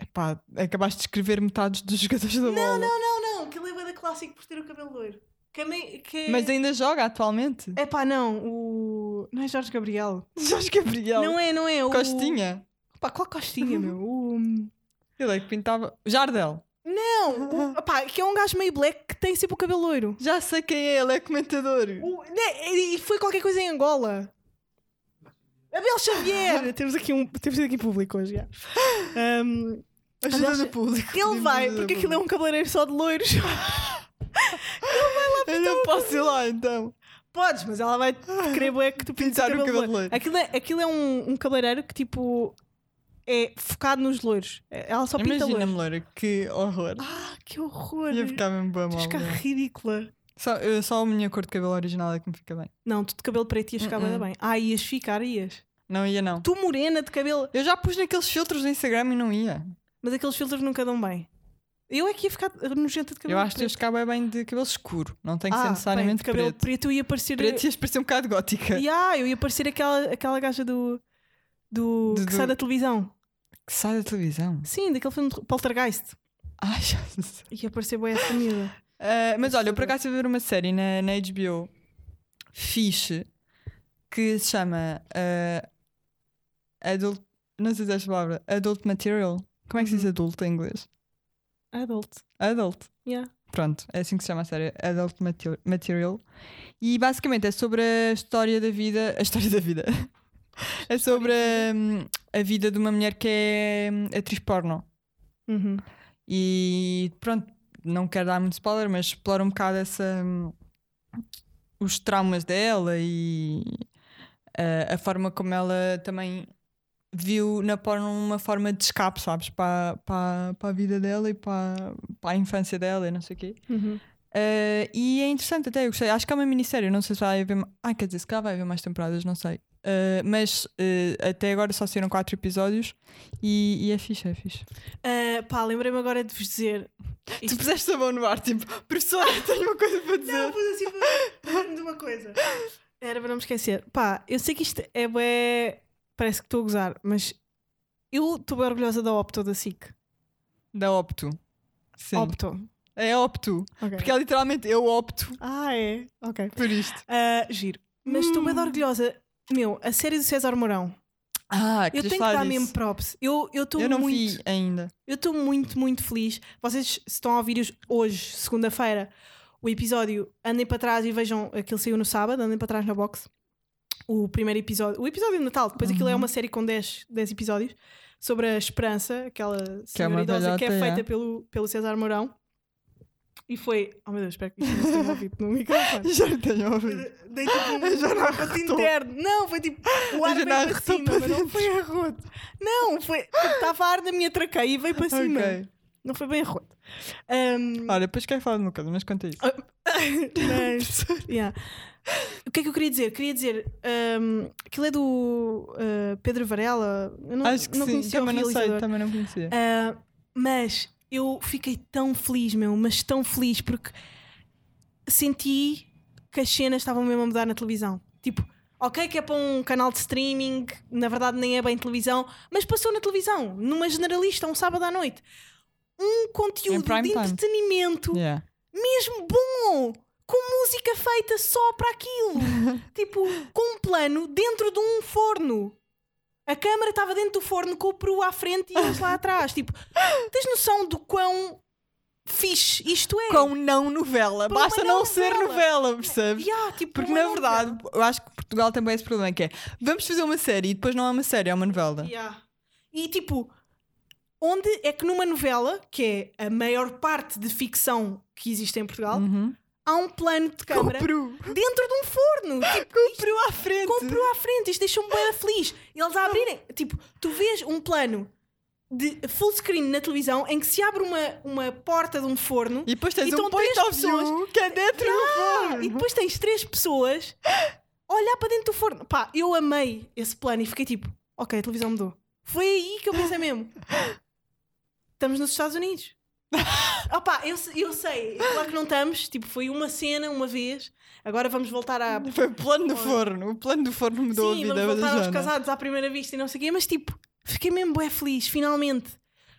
C: Epá, acabaste de escrever metades dos jogadores da
B: Não,
C: bola.
B: não, não, que ele é bué da clássico por ter o cabelo loiro. Que é meio- que é...
C: Mas ainda joga atualmente?
B: Epá, não, o. Não é Jorge Gabriel.
C: <laughs> Jorge Gabriel.
B: Não é, não é. O...
C: Costinha.
B: Pá, qual costinha, meu? O...
C: Ele é que pintava. Jardel. <laughs>
B: Não! O... Pá, que é um gajo meio black que tem sempre o cabelo loiro.
C: Já sei quem é, ele é comentador.
B: O... né, E foi qualquer coisa em Angola. Abel
C: <laughs>
B: Xavier! temos, aqui um... temos aqui público hoje, <laughs> já. Um,
C: Ajuda
B: Acho-
C: do público.
B: Ele vai, porque aquilo é um cabeleireiro só de loiros. <laughs>
C: Eu não posso ir lá então.
B: Podes, mas ela vai querer bué que tu pintes
C: Pintar o cabelo loiro.
B: Aquilo é, aquilo é um, um cabeleireiro que, tipo, é focado nos loiros. É, Ela só pinta
C: Imagina-me,
B: loiros.
C: Loura, que horror.
B: Ah, que horror!
C: Ia ficar mesmo bem
B: Tu
C: mal. né?
B: Vais ficar
C: não.
B: ridícula.
C: Só, eu- só a minha cor de cabelo original é que me fica bem.
B: Não, tu de cabelo preto ias ficar
C: Uh-uh.
B: bué da bem. Ah, ias ficar, ias.
C: Não ia, não.
B: Tu morena de cabelo.
C: Eu já pus naqueles filtros do Instagram e não ia.
B: Mas aqueles filtros nunca dão bem. Eu é que ia ficar nojenta de cabelo
C: eu acho que
B: é preto.
C: ias ficar bem, bem de cabelo escuro. Não tem que ser
B: Ah, bem,
C: necessariamente
B: de cabelo preto.
C: preto.
B: eu ia parecer.
C: Preto ias parecer um bocado gótica.
B: <laughs> Ya, eu ia parecer aquela, aquela gaja do. Do,
C: Do-
B: que
C: do-
B: sai da televisão.
C: Que sai da televisão.
B: Sim, daquele filme de Poltergeist.
C: Ai, <laughs> já sei.
B: Ia parecer boa essa miúda.
C: Uh, mas olha, eu por acaso fui ver uma série na, na HBO fixe que se chama uh, Adult. Não sei se é esta palavra. Adult Material. Como é que se diz adulto em inglês?
B: Adult.
C: Adult.
B: Yeah.
C: Pronto, é assim que se chama a série. Adult Mater- Material. E basicamente é sobre a história da vida. A história da vida. <laughs> é sobre hum, a vida de uma mulher que é hum, atriz porno.
B: Uhum.
C: E pronto, não quero dar muito spoiler, mas explora um bocado essa. hum, os traumas dela e ah, a forma como ela também viu na porno uma forma de escape, sabes? Para, para, para a vida dela e para, para a infância dela e não sei o quê. Eh,
B: Uhum.
C: Ah, e é interessante até, eu gostei. Acho que é uma minissérie, não sei se vai haver. ma- Ah, quer dizer, se calhar vai haver mais temporadas, não sei. Uh, mas uh, até agora só saíram quatro episódios e, e é fixe, é fixe.
B: Ah, pá, lembrei-me agora de vos dizer.
C: Tu puseste a mão no ar, tipo, professora, <laughs> tenho uma coisa para dizer.
B: Não, pus assim para- de uma coisa. Era para não me esquecer. Pá, eu sei que isto é bué... Parece que estou a gozar, mas eu estou bem orgulhosa da Opto da SIC.
C: Da Opto. Sim.
B: Opto.
C: É Opto.
B: Ok.
C: Porque é literalmente eu opto
B: Ah, é? Ok.
C: por isto.
B: Ah, giro. Mas estou bem
C: Hum.
B: orgulhosa. Meu, a série do César Mourão.
C: Ah,
B: Eu tenho que dar mesmo props. Eu eu estou
C: Eu não
B: muito...
C: vi ainda.
B: Eu estou muito, muito feliz. Vocês se estão a ouvir os- hoje, segunda-feira, o episódio, andem para trás e vejam aquilo saiu no sábado, andem para trás na box. O primeiro episódio, o episódio de Natal, depois aquilo é
C: Uhum.
B: uma série com 10, 10 episódios sobre a esperança, aquela senhora
C: uma
B: idosa que é
C: velhota,
B: feita
C: é.
B: pelo, pelo César Mourão. E foi. Oh meu Deus, espero que isto não se tenha ouvido no <laughs> microfone.
C: <laughs> Já não tenho ouvido.
B: Dei tipo
C: A Joana
B: um arroto interno. Não, foi tipo o ar
C: A
B: veio
C: Joana
B: para
C: arrotou
B: cima,
C: para
B: mas não foi arroto. Não, foi. tipo, Estava a ar da minha traqueia e veio para cima.
C: Ok.
B: Não foi bem arroto. Ahm,
C: Olha, depois quero falar de uma coisa, mas conta isso. <laughs>
B: mas, yeah. O que é que eu queria dizer? Queria dizer, ahm, aquilo é do ah, Pedro Varela. Eu não,
C: Acho que
B: não
C: sim.
B: conhecia o
C: Também não sei,
B: realizador.
C: também não conhecia.
B: Ah, mas eu fiquei tão feliz, meu, mas tão feliz porque senti que as cenas estavam mesmo a mudar na televisão. Tipo, ok, que é para um canal de streaming, na verdade nem é bem televisão, mas passou na televisão, numa generalista, um sábado à noite. Um conteúdo
C: prime
B: de
C: time.
B: entretenimento
C: Yeah.
B: mesmo bom, com música feita só para
C: <laughs>
B: aquilo. tipo, com um plano dentro de um forno. A câmara estava dentro do forno com o peru à frente e eles
C: <laughs>
B: lá atrás. Tipo, tens noção do quão fixe isto é?
C: Com não novela.
B: Por uma
C: Basta não
B: novela.
C: ser novela, é percebes?
B: Yeah, tipo,
C: Porque
B: uma
C: na verdade, eu acho que Portugal tem bem esse problema que é vamos fazer uma série e depois não é uma série, é uma novela.
B: Yeah. E tipo, onde é que numa novela, que é a maior parte de ficção que existe em Portugal,
C: Uhum.
B: há um plano de
C: Com o
B: câmara
C: Peru.
B: dentro de um
C: <laughs>
B: forno? Tipo,
C: Com o Peru à frente.
B: com o peru à frente, isto deixou-me bem feliz. E eles a abrirem, tipo, tu vês um plano de full screen na televisão em que se abre uma, uma porta de um forno
C: E depois tens
B: E
C: um
B: estão
C: point
B: três
C: of view
B: pessoas.
C: que é dentro do forno.
B: e depois tens três pessoas a olhar para dentro do forno. Pá, eu amei esse plano e fiquei tipo, ok, a televisão mudou. Foi aí que eu pensei mesmo. Estamos nos Estados
C: <laughs>
B: Unidos. Opá, eu, se- eu sei, claro que não estamos, tipo, foi uma cena, uma vez, agora vamos voltar à
C: Foi é o plano do forno. O plano do forno mudou
B: Sim,
C: a vida
B: vamos
C: da
B: voltar aos
C: Joana.
B: casados à primeira vista e não sei o quê, mas tipo, fiquei mesmo bué feliz, finalmente.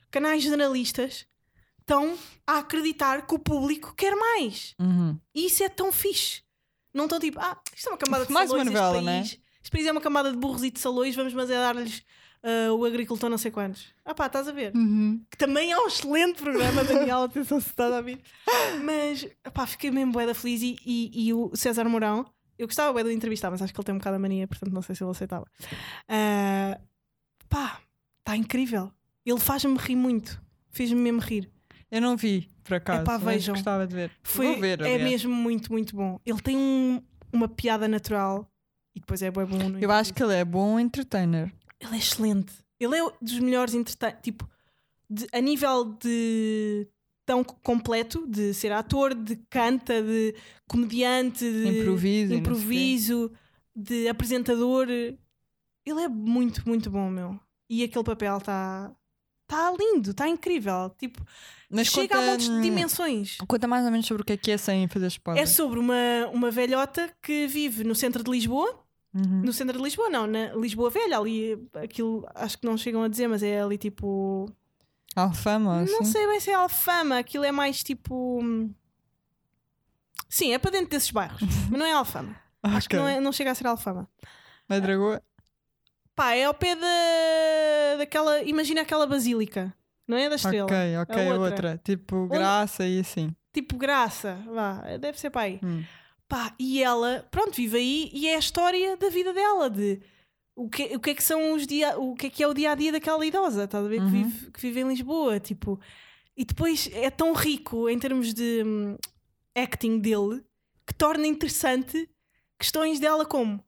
B: Canais generalistas estão a acreditar que o público quer mais.
C: Uhum.
B: E isso é tão fixe. Não estão tipo, ah, isto é uma camada de
C: Mais uma
B: salões,
C: novela,
B: este
C: né?
B: país. Este país é uma camada de burros e de salões, vamos mas é dar-lhes ah, o agricultor não sei quantos. Ah pá, estás a ver?
C: Uhum.
B: Que também é um excelente programa, Daniel, <laughs> atenção se estás a ouvir. Mas, ah pá, fiquei mesmo bué da feliz e, e- e o César Mourão, eu gostava bué de o entrevistar, mas acho que ele tem um bocado a mania, portanto não sei se ele aceitava. Ah, pá, está incrível. Ele faz-me rir muito. Fez-me mesmo rir.
C: Eu não vi, por acaso.
B: Epá,
C: mas
B: vejam.
C: Gostava de ver.
B: Foi,
C: Vou ver,
B: é
C: aliás.
B: mesmo muito, muito bom. Ele tem um- uma piada natural e depois é bué bom. no
C: Eu acho
B: improviso.
C: que ele é bom entertainer.
B: Ele é excelente. Ele é o- dos melhores entretanto, tipo, de- a nível de tão c- completo de ser ator, de canta, de comediante, de
C: Improviso. e não sei o quê.
B: improviso, de apresentador. Ele é muito, muito bom, meu. E aquele papel está tá lindo, está incrível. Tipo,
C: Mas
B: chega
C: conta,
B: a montes de
C: hum,
B: dimensões.
C: Conta mais ou menos sobre o que é que é sem fazer spoiler.
B: É sobre uma, uma velhota que vive no centro de Lisboa
C: Uhum.
B: no centro de Lisboa, não, na Lisboa Velha, ali aquilo acho que não chegam a dizer, mas é ali tipo.
C: Alfama,
B: não
C: assim?
B: sei bem se é Alfama, aquilo é mais tipo. hum, Sim, é para dentro desses bairros, mas não é Alfama. Acho que
C: Uhum. Ok.
B: não, é- não chega a ser Alfama.
C: Na Dragoa?
B: Pá, é ao pé da, daquela. Imagina aquela basílica, não é da estrela?
C: Ok, ok,
B: A
C: outra.
B: outra.
C: Tipo, graça e assim.
B: Tipo graça, vá, deve ser para aí.
C: Hum.
B: Pá, e ela, pronto, vive aí e é a história da vida dela, de o que, o que é que são os dia, o que é que é o dia a dia daquela idosa, estás a ver?
C: Uhum.
B: Que, vive, que vive em Lisboa, tipo. E depois é tão rico em termos de hum, acting dele que torna interessante questões dela como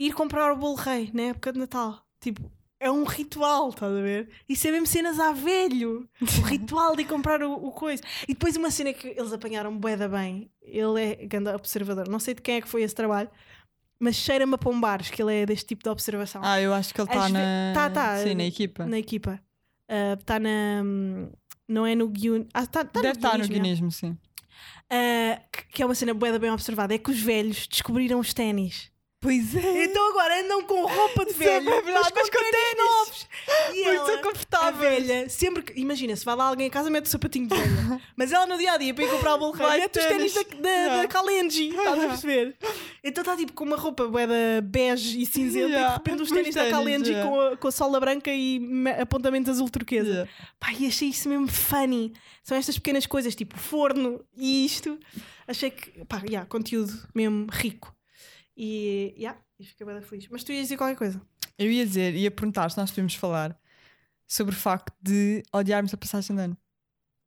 B: ir comprar o bolo rei na época de Natal. Tipo, é um ritual, estás a ver? Isso é mesmo cenas à velho. O
C: <laughs>
B: ritual de ir comprar o, o coisa. E depois uma cena que eles apanharam bué da bem. Ele é grande observador. Não sei de quem é que foi esse trabalho, mas cheira-me a Pombares, que ele é deste tipo de observação.
C: Ah, é. eu acho que ele está
B: Às ve-
C: na...
B: tá, tá.
C: Sim, na equipa.
B: Na equipa. Está na. Não é no guion. Ah, está tá no
C: Deve estar no
B: guionismo,
C: guinismo, sim.
B: é. Ah, que- que é uma cena boeda bem observada. É que os velhos descobriram os ténis.
C: Pois é.
B: <laughs> Então agora andam com roupa de
C: Isso é
B: velho,
C: bem verdade, mas com
B: ténis
C: ténis.
B: novos. E ela,
C: Muito
B: a
C: confortável.
B: velha, sempre que... Imagina, se vai lá alguém a casa mete o sapatinho de
C: <laughs>
B: velha. Mas ela no dia-a-dia para ir comprar o bolo
C: Vai
B: mete os ténis
C: ténis.
B: da, da, da
C: Yeah.
B: Kalenji. Estás a perceber? Então está tipo com uma roupa boeda bege e cinzenta
C: Yeah,
B: e de repente os
C: uns
B: ténis da
C: ténis,
B: Kalenji
C: yeah.
B: com, a, com a sola branca e me- apontamento azul turquesa. Pai, achei isso mesmo funny. São estas pequenas coisas, tipo forno e isto. Achei que, pá, yeah, conteúdo mesmo rico. E, yeah, e fiquei bem feliz. Mas tu ias dizer qualquer coisa.
C: Eu ia dizer, ia perguntar se nós podíamos falar sobre o facto de odiarmos a passagem de ano.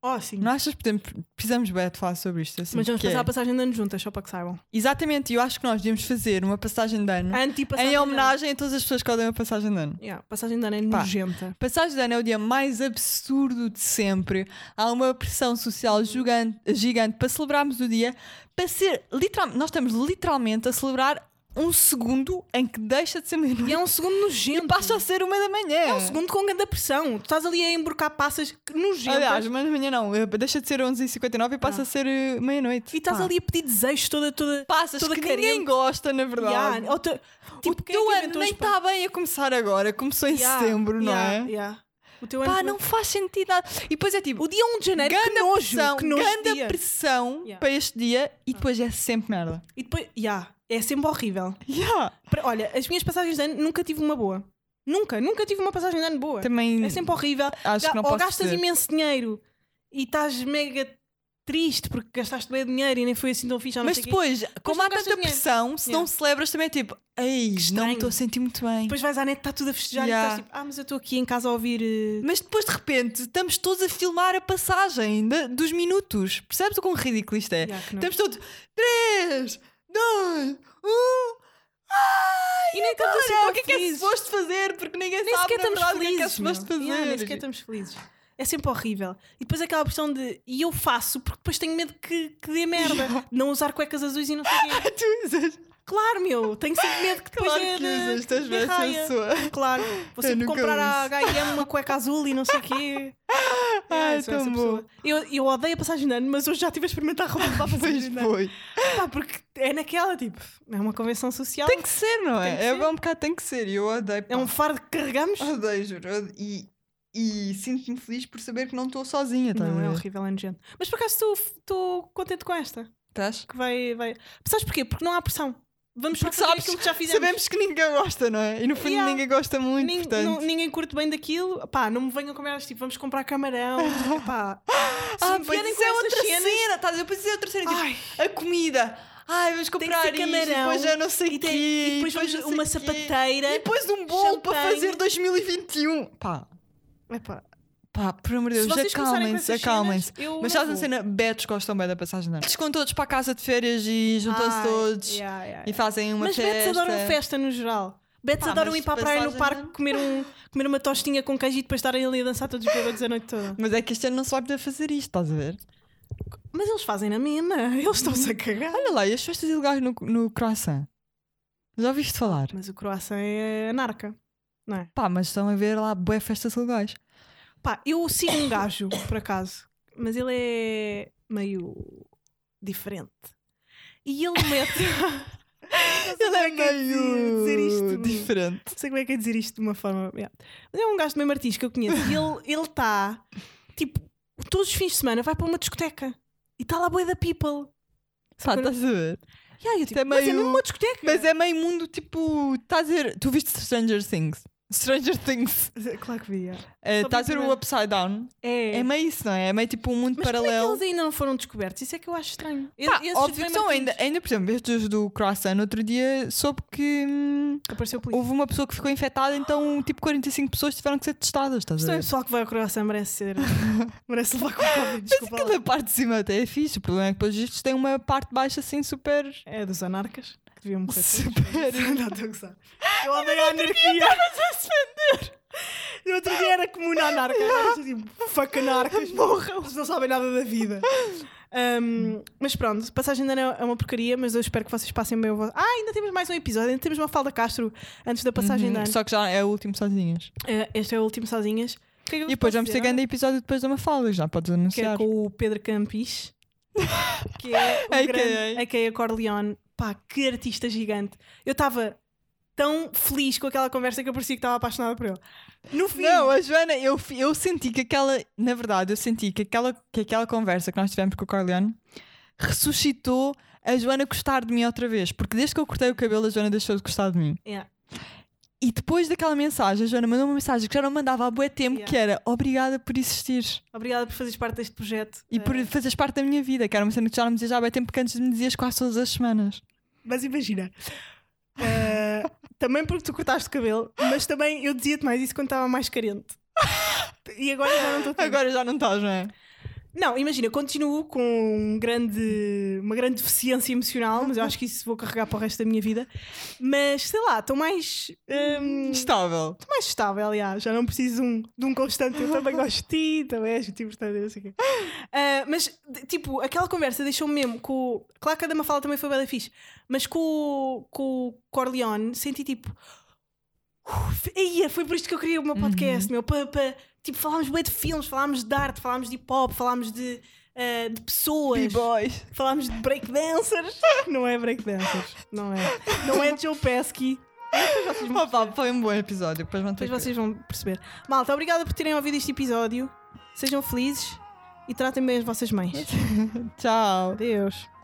B: Oh, sim.
C: Não achas que podemos, precisamos bem de falar sobre isto? Assim,
B: Mas vamos
C: que é-
B: passar a passagem de ano juntas, só para que saibam.
C: Exatamente, eu acho que nós devíamos fazer uma passagem de ano
B: Anti-passagem É,
C: em
B: de ano.
C: homenagem a todas as pessoas que odeiam a passagem de ano.
B: Yeah, passagem de ano é
C: Pá.
B: nojenta.
C: Passagem de ano é o dia mais absurdo de sempre. Há uma pressão social gigante, gigante para celebrarmos o dia, para ser literal, nós estamos literalmente a celebrar um segundo em que deixa de ser meia-noite
B: E é um segundo nojento.
C: e passa a ser uma da manhã.
B: É um segundo com grande pressão. Tu estás ali a emborcar passas que nojentas.
C: Aliás, uma da manhã não, eh, deixa de ser 11h59 e passa
B: Ah.
C: a ser eh, meia-noite.
B: e estás
C: Pá.
B: ali a pedir desejos toda, toda.
C: Passas
B: toda
C: que
B: carente.
C: ninguém gosta, na verdade.
B: Yeah, ou te- tipo,
C: o
B: quem é
C: teu
B: que
C: ano
B: inventou
C: nem
B: os pa-
C: está bem a começar agora, começou em
B: Yeah,
C: setembro,
B: yeah,
C: não é?
B: yeah. O teu ano
C: Pá,
B: foi-
C: não faz sentido nada. E depois é tipo,
B: O dia 1 de janeiro, que
C: ganda
B: nojo,
C: pressão,
B: que nojo
C: ganda
B: dia.
C: pressão
B: Yeah. Ah.
C: para este dia e depois é sempre merda.
B: E depois, yeah, é sempre horrível.
C: Yeah.
B: Pra- Olha, as minhas passagens de ano nunca tive uma boa. Nunca, nunca tive uma passagem de ano boa.
C: Também
B: É sempre horrível.
C: acho
B: Ga-
C: que não
B: ou
C: posso
B: gastas
C: dizer.
B: imenso dinheiro e estás mega triste porque gastaste bem dinheiro e nem foi assim tão fixe. ou não
C: Mas
B: sei o quê.
C: depois, como
B: não
C: há
B: gastas
C: tanta
B: dinheiro.
C: pressão, se não
B: Yeah.
C: celebras também é tipo, ei, não
B: estranho.
C: me estou a sentir muito bem.
B: Depois vais à net, está tudo a festejar e
C: Yeah.
B: estás tipo, ah, mas eu estou aqui em casa a ouvir. eh,
C: Mas depois de repente estamos todos a filmar a passagem da- dos minutos. Percebes o quão ridículo isto é?
B: yeah, que não."
C: Estamos todos um, 3, 2, 1. ah!
B: E nem estamos assim
C: Olha,
B: tão
C: o que é que é
B: felizes.
C: suposto fazer? Porque ninguém
B: Nem
C: sabe
B: sequer
C: na
B: estamos
C: verdade, o que é que é
B: felizes. meu.
C: suposto fazer.
B: Yeah, nem sequer estamos felizes. É sempre horrível. E depois aquela opção de e eu faço porque depois tenho medo que, que dê merda. De Não usar cuecas azuis e não sei
C: <laughs>
B: o quê.
C: <laughs> tu usas.
B: Claro, meu, tenho sempre medo que depois
C: Claro
B: é
C: que
B: de-
C: usas. Estás
B: de
C: bem
B: raia.
C: pessoa.
B: Claro, vou sempre
C: nunca
B: comprar à
C: uso.
B: H&M uma cueca azul e não sei o
C: <laughs>
B: quê.
C: Ai,
B: eu sou essa
C: tão
B: pessoa.
C: bom.
B: Eu, eu odeio a passagem de ano, mas hoje já estive a experimentar roupa para a passagem
C: Pois
B: de ano.
C: foi.
B: Pá, porque é naquela, tipo, é uma convenção social,
C: Tem que ser, não
B: Tem que
C: é? É
B: ser.
C: bom um bocado, tem que ser. E eu odeio.
B: é um
C: pá.
B: fardo que carregamos.
C: Odeio, juro. Odeio. E, e sinto-me feliz por saber que não estou sozinha. estás
B: Não,
C: a
B: é
C: ver?
B: horrível, é nojento. Mas por acaso estou- estou contente com esta.
C: Estás?
B: Que vai, vai... Sabes porquê? Porque não há pressão. Vamos
C: Porque
B: só fazer
C: sabes-
B: aquilo que já fizemos.
C: Sabemos que ninguém gosta, não é? E no fundo
B: Yeah.
C: ninguém gosta muito,
B: Nin-
C: portanto.
B: não- ninguém curte bem daquilo. Pá, não me venham com merdas tipo, vamos comprar
C: <laughs>
B: camarão. Pá, se
C: Ah,
B: me
C: pois
B: vierem
C: isso
B: com
C: é
B: essas
C: outra
B: cenas-
C: cena, estás a ver? Pois isso é outra cena. Tipo,
B: Ai,
C: a comida. Ai, vamos
B: que
C: comprar
B: ser
C: isto,
B: camarão.
C: depois já não sei
B: e,
C: o
B: tem-
C: quê.
B: e depois vamos
C: Tipo, não sei
B: uma
C: quê.
B: sapateira.
C: E depois um bolo para
B: champanhe.
C: fazer 2021. Pá,
B: Epá,
C: pá, por amor de
B: se
C: Deus,
B: vocês começarem com
C: acalmem-se,
B: essas
C: acalmem-se.
B: cenas, eu
C: Mas
B: não
C: estás a
B: vou.
C: cena, betos gostam bem da passagem de ano. Betos com todos para a casa de férias e juntam-se
B: Ai,
C: todos
B: yeah, yeah,
C: e
B: yeah.
C: fazem uma
B: Mas
C: festa.
B: Betos adoram festa no geral. Betos
C: Pá,
B: adoram
C: mas
B: ir para a praia no
C: passagem
B: parque
C: não.
B: comer, um, comer uma tostinha com queijo e depois estarem ali a dançar todos os bêbados a noite toda.
C: Mas é que este ano não se vai poder fazer isto, estás a ver?
B: Mas eles fazem na mesma, <laughs> eles estão-se a cagar.
C: Olha lá, e as festas ilegais no, no croissant? Já ouviste falar?
B: Mas o croissant é anarca.
C: Pá, mas estão a ver lá bué festas ilegais.
B: Pá, eu sigo um gajo, por acaso, mas ele é meio diferente. E ele mete. <laughs> Ele é meio dizer isto.
C: diferente.
B: Não sei como é que é dizer isto de uma forma. yeah. Mas é um gajo do mesmo artista que eu conheço. E ele está, tipo, todos os fins de semana vai para uma discoteca e está lá boia da people.
C: Pá,
B: Quando-
C: estás a ver?
B: Yeah, eu, tipo,
C: é
B: Mas é
C: meio-
B: mesmo uma discoteca.
C: Mas é meio mundo tipo. Estás a ver? Tu viste Stranger Things? Stranger Things.
B: é, Claro que via.
C: Eh,
B: Só vi
C: Estás a ver
B: também.
C: o Upside Down?
B: É.
C: É. meio isso, não é? É meio tipo um mundo
B: Mas como é que
C: paralelo.
B: eles ainda não foram descobertos? Isso é que eu acho estranho.
C: Pá,
B: Esses
C: óbvio que
B: bem
C: são ainda,
B: marquinhos.
C: ainda, por exemplo, estes do croissant, no outro dia soube que hum,
B: Apareceu polícia.
C: houve uma pessoa que ficou infectada, então tipo 45 pessoas tiveram que ser testadas, estás
B: Isto
C: a
B: é o
C: ver?
B: pessoal que vai ao coração merece
C: <laughs>
B: ser. merece levar com o Covid.
C: Mas
B: Desculpa. lá.
C: aquela parte de cima até é fixe, o problema é que pelos vistos tem uma parte baixa assim super.
B: É dos anarcas que deviam <laughs> morrer. todos.
C: super.
B: Não, estou a gozar. Eu odeio a anarquia. No outro dia era comum a
C: <laughs>
B: anarca. Agora são tipo, fuck anarcas. Morram. Eles não sabem nada da vida. Um, mas pronto, passagem de ano é uma porcaria, mas eu espero que vocês passem bem o vosso. Ah, ainda temos mais um episódio, ainda temos uma falda Castro antes da passagem de
C: Uhum,
B: ano.
C: Só que já é o último sozinhas.
B: Eh, este é o último sozinhas. O que é que eu
C: E
B: vos
C: depois
B: posso
C: vamos ter
B: dizer?
C: grande episódio depois da Mafalda, já podes
B: que é
C: anunciar.
B: com o Pedro <laughs> Campis, que é o
C: AKA.
B: grande AKA Corleone. Pá, que artista gigante. Eu estava tão feliz com aquela conversa que eu parecia que estava apaixonada por ele. No fim,
C: Não, a Joana, eu, fi- eu senti que aquela, na verdade, eu senti que aquela, que aquela conversa que nós tivemos com o Corleone ressuscitou a Joana gostar de mim outra vez, porque desde que eu cortei o cabelo, a Joana deixou de gostar de mim.
B: Yeah.
C: E depois daquela mensagem, a Joana mandou uma mensagem que já não mandava há bué tempo,
B: Yeah.
C: que era obrigada por existir
B: obrigada por fazeres parte deste projeto.
C: e por
B: Eh,
C: fazeres parte da minha vida, que era uma cena que já não me dizias há bué tempo, porque antes me dizias quase todas as semanas.
B: Mas imagina. eh, <laughs> também porque tu cortaste o cabelo, mas também eu dizia-te mais isso quando estava mais carente. <laughs> E agora já não estou tanto.
C: Agora já não estás, não
B: Hum.
C: é?
B: Não, imagina, continuo com um grande, uma grande deficiência emocional, mas eu acho que isso vou carregar para o resto da minha vida. Mas sei lá, estou mais, hum, estou
C: Estável.
B: mais estável, aliás. Já não preciso de um, de um constante. Eu também gosto de ti, também és muito importante, não sei o quê. Ah, mas, de- tipo, aquela conversa deixou-me mesmo com. o- Claro que a da Mafalda também foi bela fixe, mas com, o- com o Corleone senti tipo. "Uf, eia, foi por isto que eu queria o meu podcast, meu. Para, tipo, falámos bem de filmes, falámos de arte, falámos de hip hop, falámos de, ah, de pessoas.
C: B-boys.
B: Falámos de breakdancers. <laughs> Não é breakdancers. Não é. Não é Joe Pesky.
C: Opa, foi um bom episódio. Depois vão ter
B: Depois
C: que-
B: vocês vão perceber. Malta, obrigada por terem ouvido este episódio. Sejam felizes e tratem bem as vossas mães.
C: Tchau.
B: Adeus.